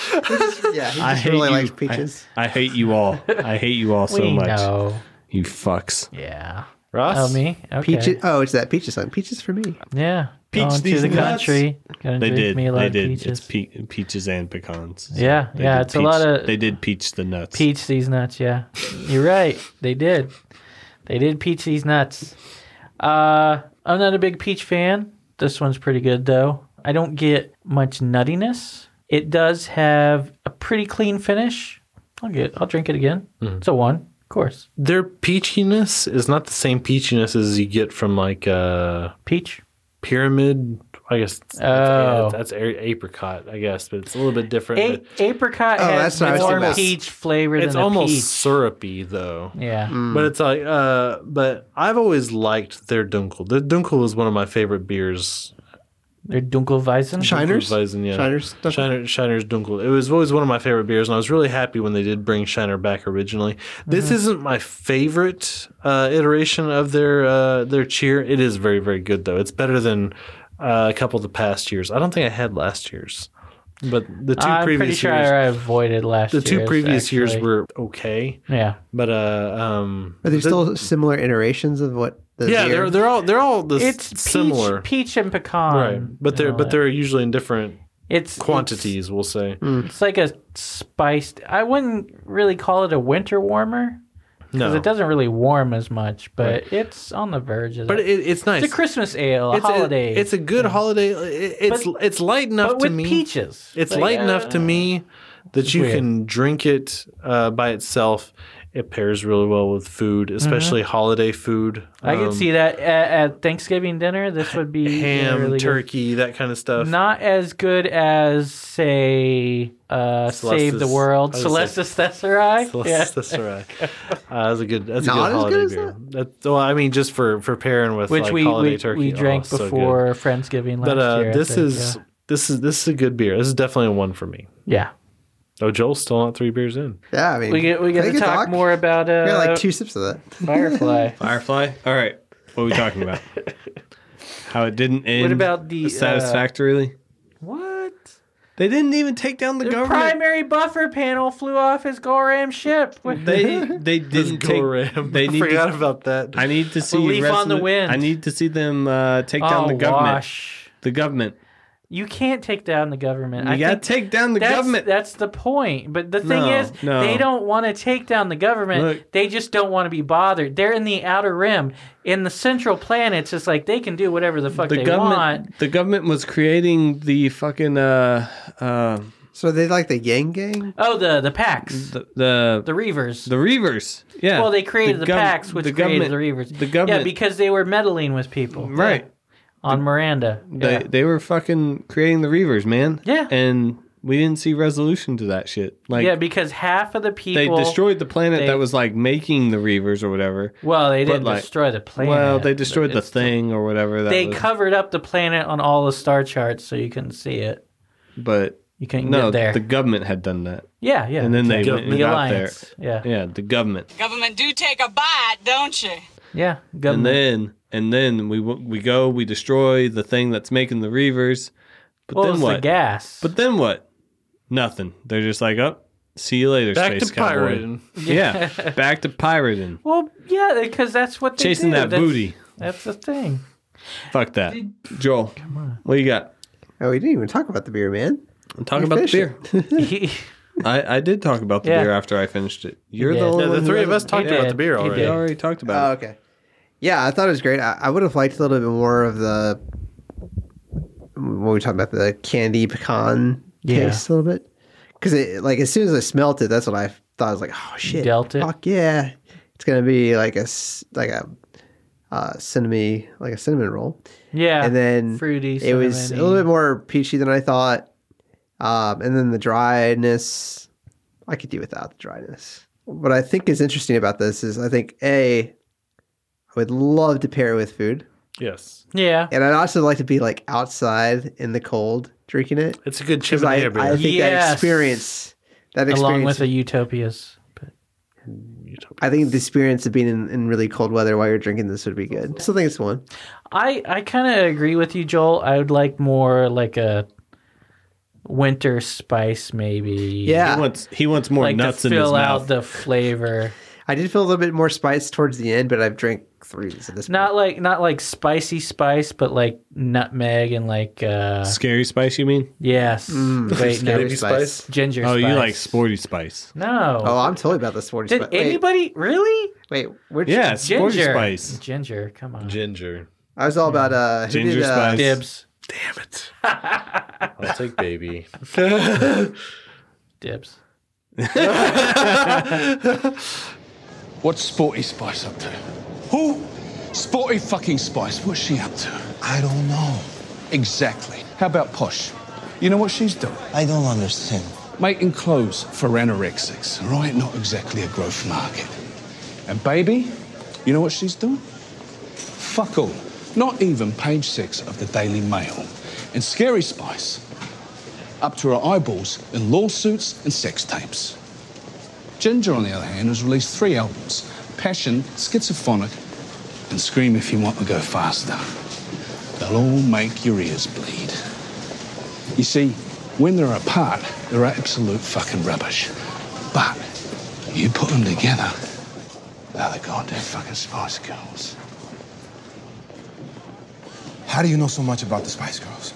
D: he
E: I
D: just
E: hate
D: really
E: you.
D: likes peaches.
E: I, I hate you all. I hate you all so
B: we
E: much.
B: know.
E: You fucks.
B: Yeah.
I: Ross,
B: Oh me. Okay.
D: Peaches. Oh, it's that peaches song. Peaches for me.
B: Yeah.
E: uh, Peach
B: Going
E: these
B: to the
E: nuts.
B: country. Gonna
E: They
B: drink
E: did.
B: Me a lot
E: They
B: of
E: did.
B: Peaches.
E: It's pe- peaches and pecans.
B: Yeah,
E: They
B: yeah,
E: did
B: it's a lot of-
E: They did peach the nuts.
B: peach these nuts. Yeah, you're right. They did. They did peach these nuts. Uh, I'm not a big peach fan. This one's pretty good though. I don't get much nuttiness.
C: Mm-hmm.
B: It does have a pretty clean finish. I'll get. I'll drink it again. It's a one. course.
C: Their peachiness is not the same peachiness as you get from like uh
B: peach
C: pyramid. I guess that's,
B: Oh.
C: that's, that's a- apricot. I guess, but it's a little bit different.
B: A-
C: But
B: apricot
C: Oh,
B: has
C: that's what I was
B: more
C: thinking about.
B: peach flavor
C: it's
B: than a
C: almost
B: peach.
C: syrupy though.
B: Yeah. Mm.
C: but it's like uh, but I've always liked their dunkel. The dunkel was one of my favorite beers.
B: Their Dunkelweizen?
C: Shiners, yeah.
B: Shiners
C: Dunkel. Shiner, Shiner's Dunkel. It was always one of my favorite beers, and I was really happy when they did bring Shiner back originally. This
B: Mhm.
C: isn't my favorite uh, iteration of their uh, their cheer. It is very very good though. It's better than uh, a couple of the past years. I don't think I had last year's, but the 2
B: I'm pretty
C: previous
B: sure
C: years.
B: I avoided last
C: the two
B: year's,
C: previous years
B: actually.
C: were okay.
B: Yeah.
C: but uh, um,
D: Are there
C: the-
D: still similar iterations of what? The
C: yeah,
D: beer-
C: they're they're all they're all the
B: It's
C: it's similar,
B: peach um, uh, and pecan.
C: right? But they're but they're usually in different
B: it's
C: quantities. we'll say
B: It's like a spiced. I wouldn't really call it a winter warmer.
C: No.
B: Because it doesn't really warm as much, but
C: Right.
B: it's on the verge of
C: But
B: that.
C: it- it's nice.
B: It's a Christmas ale, a
C: It's a-
B: holiday.
C: it's a good holiday. It- it's it's light enough
B: but
C: to
B: with
C: me.
B: peaches.
C: It's
B: Like,
C: light
B: uh,
C: enough to me that you
B: weird.
C: can drink it uh, by itself. It pairs really well with food, especially holiday food.
B: Mm-hmm. I can
C: Um,
B: see that at, at Thanksgiving dinner. This would be you know,
C: ham,
B: really good.
C: turkey, that kind of stuff. <laughs>
B: Not as good as say uh, Save the
C: Celestis-
B: World,
C: I was gonna say-
B: Celestis Thesserai.
C: Celestis
B: <laughs>
C: Thesserai. Uh, that's a good. That's
B: Not
C: a
B: as
C: good holiday
B: good as
C: beer. That? well, I mean, just for for pairing with
B: which
C: like,
B: we
C: holiday
B: we,
C: turkey.
B: we
C: Oh,
B: drank
C: so good.
B: before Friendsgiving last
C: But uh,
B: year. I
C: this
B: think,
C: is
B: yeah.
C: this is this is a good beer. This is definitely a one for me.
B: Yeah.
C: Oh, Joel's still not three beers in.
D: Yeah, I mean,
B: we get we get
D: they
B: to
D: could
B: talk, more about uh,
D: We got like two sips of that.
B: Firefly. <laughs>
E: Firefly. All right, what are we talking about? How it didn't end.
B: about the, uh,
E: satisfactorily?
B: What?
E: They didn't even take down the
B: Their
E: government.
B: primary buffer panel flew off his Goram ship. <laughs>
E: They they didn't take. They need
C: forgot
E: to,
C: about that.
E: I need to see
B: Leaf
E: rest
B: on
E: of
B: the
E: it.
B: wind.
E: I need to see them uh, take down
B: Oh,
E: the government.
B: wash.
E: The government.
B: You can't take down the government.
E: You
B: I
E: gotta
B: think
E: take down the
B: that's,
E: government.
B: That's the point. But the thing
E: No,
B: is,
E: no.
B: they don't want to take down the government.
E: Look.
B: They just don't want to be bothered. They're in the outer rim. In the central planet, it's just like they can do whatever the fuck
E: The
B: they
E: government.
B: want.
E: The government was creating the fucking. Uh, uh,
D: so they like the Yang Gang.
B: Oh, the the packs.
E: The the,
B: the Reavers.
E: The Reavers. Yeah.
B: Well, they created the,
E: gov-
B: packs, which
E: the
B: created the
E: government-
B: Reavers.
E: The government.
B: Yeah, because they were meddling with people.
E: Right.
B: Yeah. On Miranda.
E: They
B: Yeah.
E: they were fucking creating the Reavers, man.
B: Yeah.
E: And we didn't see resolution to that shit. Like
B: yeah, because half of the
E: they
B: people
E: destroyed the planet
B: they-
E: that was like making the Reavers or whatever.
B: Well, they
E: But,
B: didn't
E: like-
B: destroy the planet.
E: Well, they destroyed the
B: It's-
E: thing or whatever. That
B: They
E: was,
B: covered up the planet on all the star charts, so you couldn't see it.
E: but
B: you couldn't
E: no,
B: get there.
E: The government had done that.
B: Yeah, yeah.
E: And then they
B: The
E: went and
B: government.
E: got
B: The
E: there.
B: alliance, yeah.
E: Yeah, the government.
M: Government do take a bite, don't you?
B: Yeah,
E: And then and then we w- we go we destroy the thing that's making the reavers. But
B: Well,
E: then
B: it's the
E: what?
B: gas.
E: But then what? Nothing. They're just like, oh, see you later,
B: Back
E: space
B: to
E: cowboy.
B: pirating. <laughs>
E: Yeah, back to pirating.
B: Well, yeah, because that's what they
E: Chasing
B: do.
E: that
B: That's-
E: booty.
B: That's the thing.
E: Fuck that, Joel. Come on. What you got?
D: Oh, we didn't even talk about the beer, man.
E: I'm talking
D: We
E: about the
D: finished
E: beer.
D: it.
E: <laughs> I, I did talk about the
D: Yeah.
E: beer after I finished it. You're
D: You
E: the
D: did.
E: only
D: Yeah, the
E: one who
D: three of
E: hasn't-
D: us talked You about the did. beer You already.
E: We
D: did.
E: already talked about.
D: Oh, okay. Yeah, I thought it was great. I, I would have liked a little bit more of the when we talk about the candy pecan
B: Yeah.
D: taste a little bit because it like as soon as I smelt it, that's what I thought. I was like, oh shit,
B: dealt it.
D: Fuck yeah, it's gonna be like a s- like a uh, cinnamon like a cinnamon roll.
B: <laughs> Yeah,
D: and then
B: fruity,
D: It was a little
B: cinnamony.
D: bit more peachy than I thought, um, and then the dryness. I could do without the dryness. What I think is interesting about this is I think a I would love to pair it with food.
C: Yes.
B: Yeah.
D: And I'd also like to be like outside in the cold drinking it.
C: It's a good
D: 'Cause
C: chimney
D: I,
C: beer.
D: I think
B: Yes.
D: that experience, that experience,
B: Along with the Utopias.
D: I think the experience of being in, in really cold weather while you're drinking this would be good. I still think it's one.
B: I, I kind of agree with you, Joel. I would like more like a winter spice, maybe.
D: Yeah. He
E: wants- he wants more
B: like
E: nuts
B: to
E: in his
B: fill out
E: mouth.
B: the flavor.
D: I did feel a little bit more spice towards the end, but I've drank three of these at this point.
B: Not like not like spicy spice, but like nutmeg and like uh
E: Scary spice, you mean?
B: Yes.
D: Mm.
B: Wait, no. Ginger
E: oh,
B: spice.
E: you like sporty spice?
B: No.
D: Oh, I'm totally about the sporty
B: Did
D: spice. Wait,
B: anybody really?
D: Wait, which
E: Yeah, sporty spice.
B: Ginger, come on.
C: Ginger.
D: I was all about uh, who
E: Ginger
D: did, uh,
E: spice.
B: Dibs.
C: I'll take baby.
B: Dibs.
N: What's Sporty Spice up to? Who? Sporty fucking Spice. What's she up to? I don't know. Exactly. How about Posh? You know what she's doing?
O: I don't understand.
N: Making clothes for anorexics, right? Not exactly a growth market. And baby, you know what she's doing? Fuck all. Not even page six of the Daily Mail. And Scary Spice, up to her eyeballs in lawsuits and sex tapes. Ginger, on the other hand, has released three albums Passion, Schizophrenic, and Scream If You Want to Go Faster. They'll all make your ears bleed. You see, when they're apart, they're absolute fucking rubbish. But you put them together, they're the goddamn fucking Spice Girls.
P: How do you know so much about the Spice Girls?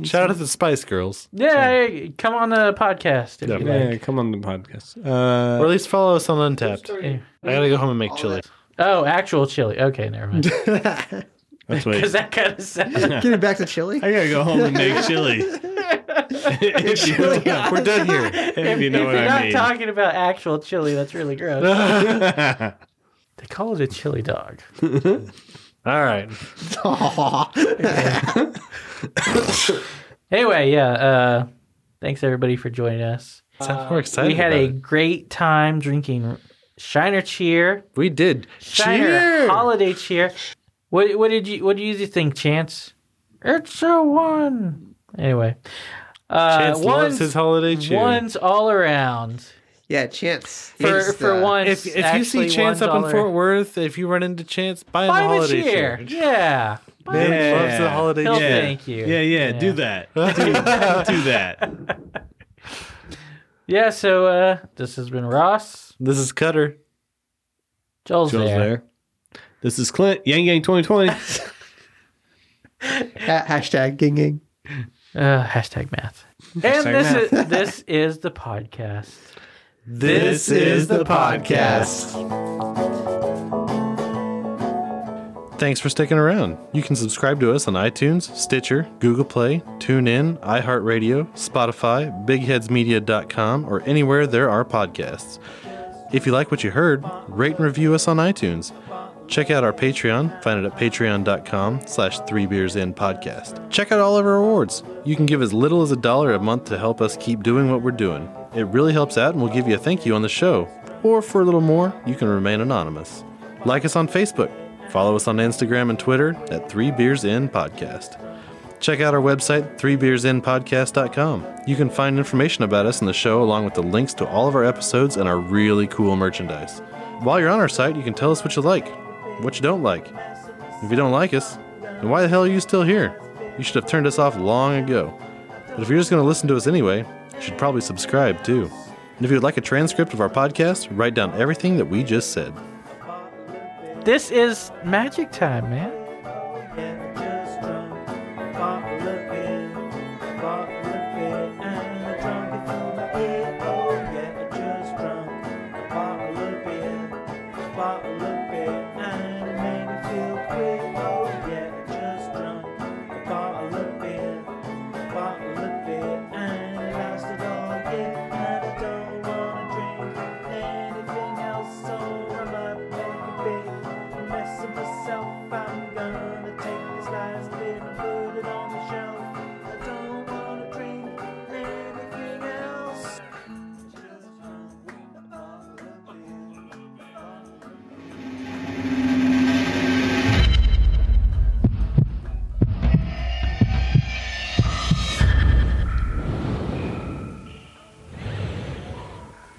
C: <laughs> Shout out to the Spice Girls.
B: Yeah, hey, come on the podcast. if
E: Yeah,
B: you like.
E: yeah, come on the podcast. Uh,
B: <laughs>
C: or at least follow us on Untapped.
B: Yeah.
C: I gotta go home and make chili.
B: Oh, actual chili. Okay, never
E: <laughs>
B: mind.
C: That's
B: Because that kind of sounds.
D: <laughs> Getting back to chili.
E: I gotta go home and make
B: <laughs>
E: chili. If you- <laughs>
C: We're done here.
E: If you know
B: if
E: what
B: you're
E: I
B: not
E: mean.
B: talking about actual chili, that's really
E: <laughs>
B: gross. they call it a chili dog.
C: All right.
B: anyway, yeah. Uh, thanks everybody for joining us.
C: Sounds more excited
B: Uh, we had
C: about
B: a
C: it.
B: great time drinking Shiner Cheer,
C: We did.
B: Shiner
C: Cheer!
B: Holiday Cheer. What what did you what do you think, Chance? It's a one. Anyway, uh,
C: Chance loves
B: ones-
C: his holiday cheer.
B: Ones all around.
D: Yeah, Chance. uh,
B: For
D: He's
B: for
D: the-
B: once,
C: If, if you see
B: actually
C: Chance
B: ones
C: up in
B: all
C: Fort
B: around.
C: Worth, if you run into Chance, buy him
B: Buy
C: a
B: him a
C: holiday
B: cheer.
C: cheer.
B: Yeah. Buy him a
C: Man
B: cheer.
C: loves the holiday
B: He'll
C: cheer.
B: thank you.
E: Yeah, yeah,
B: Yeah.
E: do that. Do, do
B: <laughs>
E: that.
B: Yeah, so uh, this has been Ross.
C: This is Cutter.
B: Joel's, there.
E: This is Clint, Yang Yang 2020.
D: Ha- hashtag ging ging.
B: Uh, hashtag math. And this is, this is the podcast.
C: This is the podcast. Thanks for sticking around. You can subscribe to us on iTunes, Stitcher, Google Play, TuneIn, iHeartRadio, Spotify, BigHeadsMedia.com, or anywhere there are podcasts. If you like what you heard, rate and review us on iTunes. Check out our Patreon. Find it at patreon.com slash three beers in podcast. Check out all of our awards. You can give as little as a dollar a month to help us keep doing what we're doing. It really helps out and we'll give you a thank you on the show. Or for a little more, you can remain anonymous. Like us on Facebook. Follow us on Instagram and Twitter at Three Beers In Podcast. Check out our website, threebeersinpodcast.com. You can find information about us and the show, along with the links to all of our episodes and our really cool merchandise. While you're on our site, you can tell us what you like, what you don't like. If you don't like us, then why the hell are you still here? You should have turned us off long ago. But if you're just going to listen to us anyway, you should probably subscribe too. And if you would like a transcript of our podcast, write down everything that we just said.
B: This is magic time, man.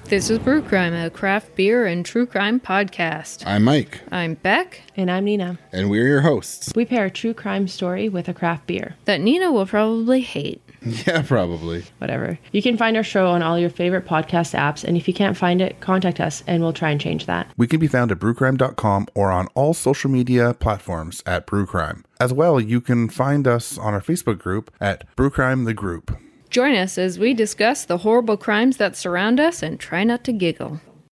J: This is Brew Crime, a craft beer and true crime podcast.
Q: I'm Mike,
J: I'm Beck.
R: And I'm Nina.
Q: and we're your hosts.
R: We pair a true crime story with a craft beer.
J: That Nina will probably hate.
Q: Yeah, probably.
R: <laughs> Whatever. You can find our show on all your favorite podcast apps, and if you can't find it, contact us and we'll try and change that.
S: We can be found at brewcrime.com or on all social media platforms at brewcrime. As well, you can find us on our Facebook group at brewcrime the group.
J: Join us as we discuss the horrible crimes that surround us and try not to giggle.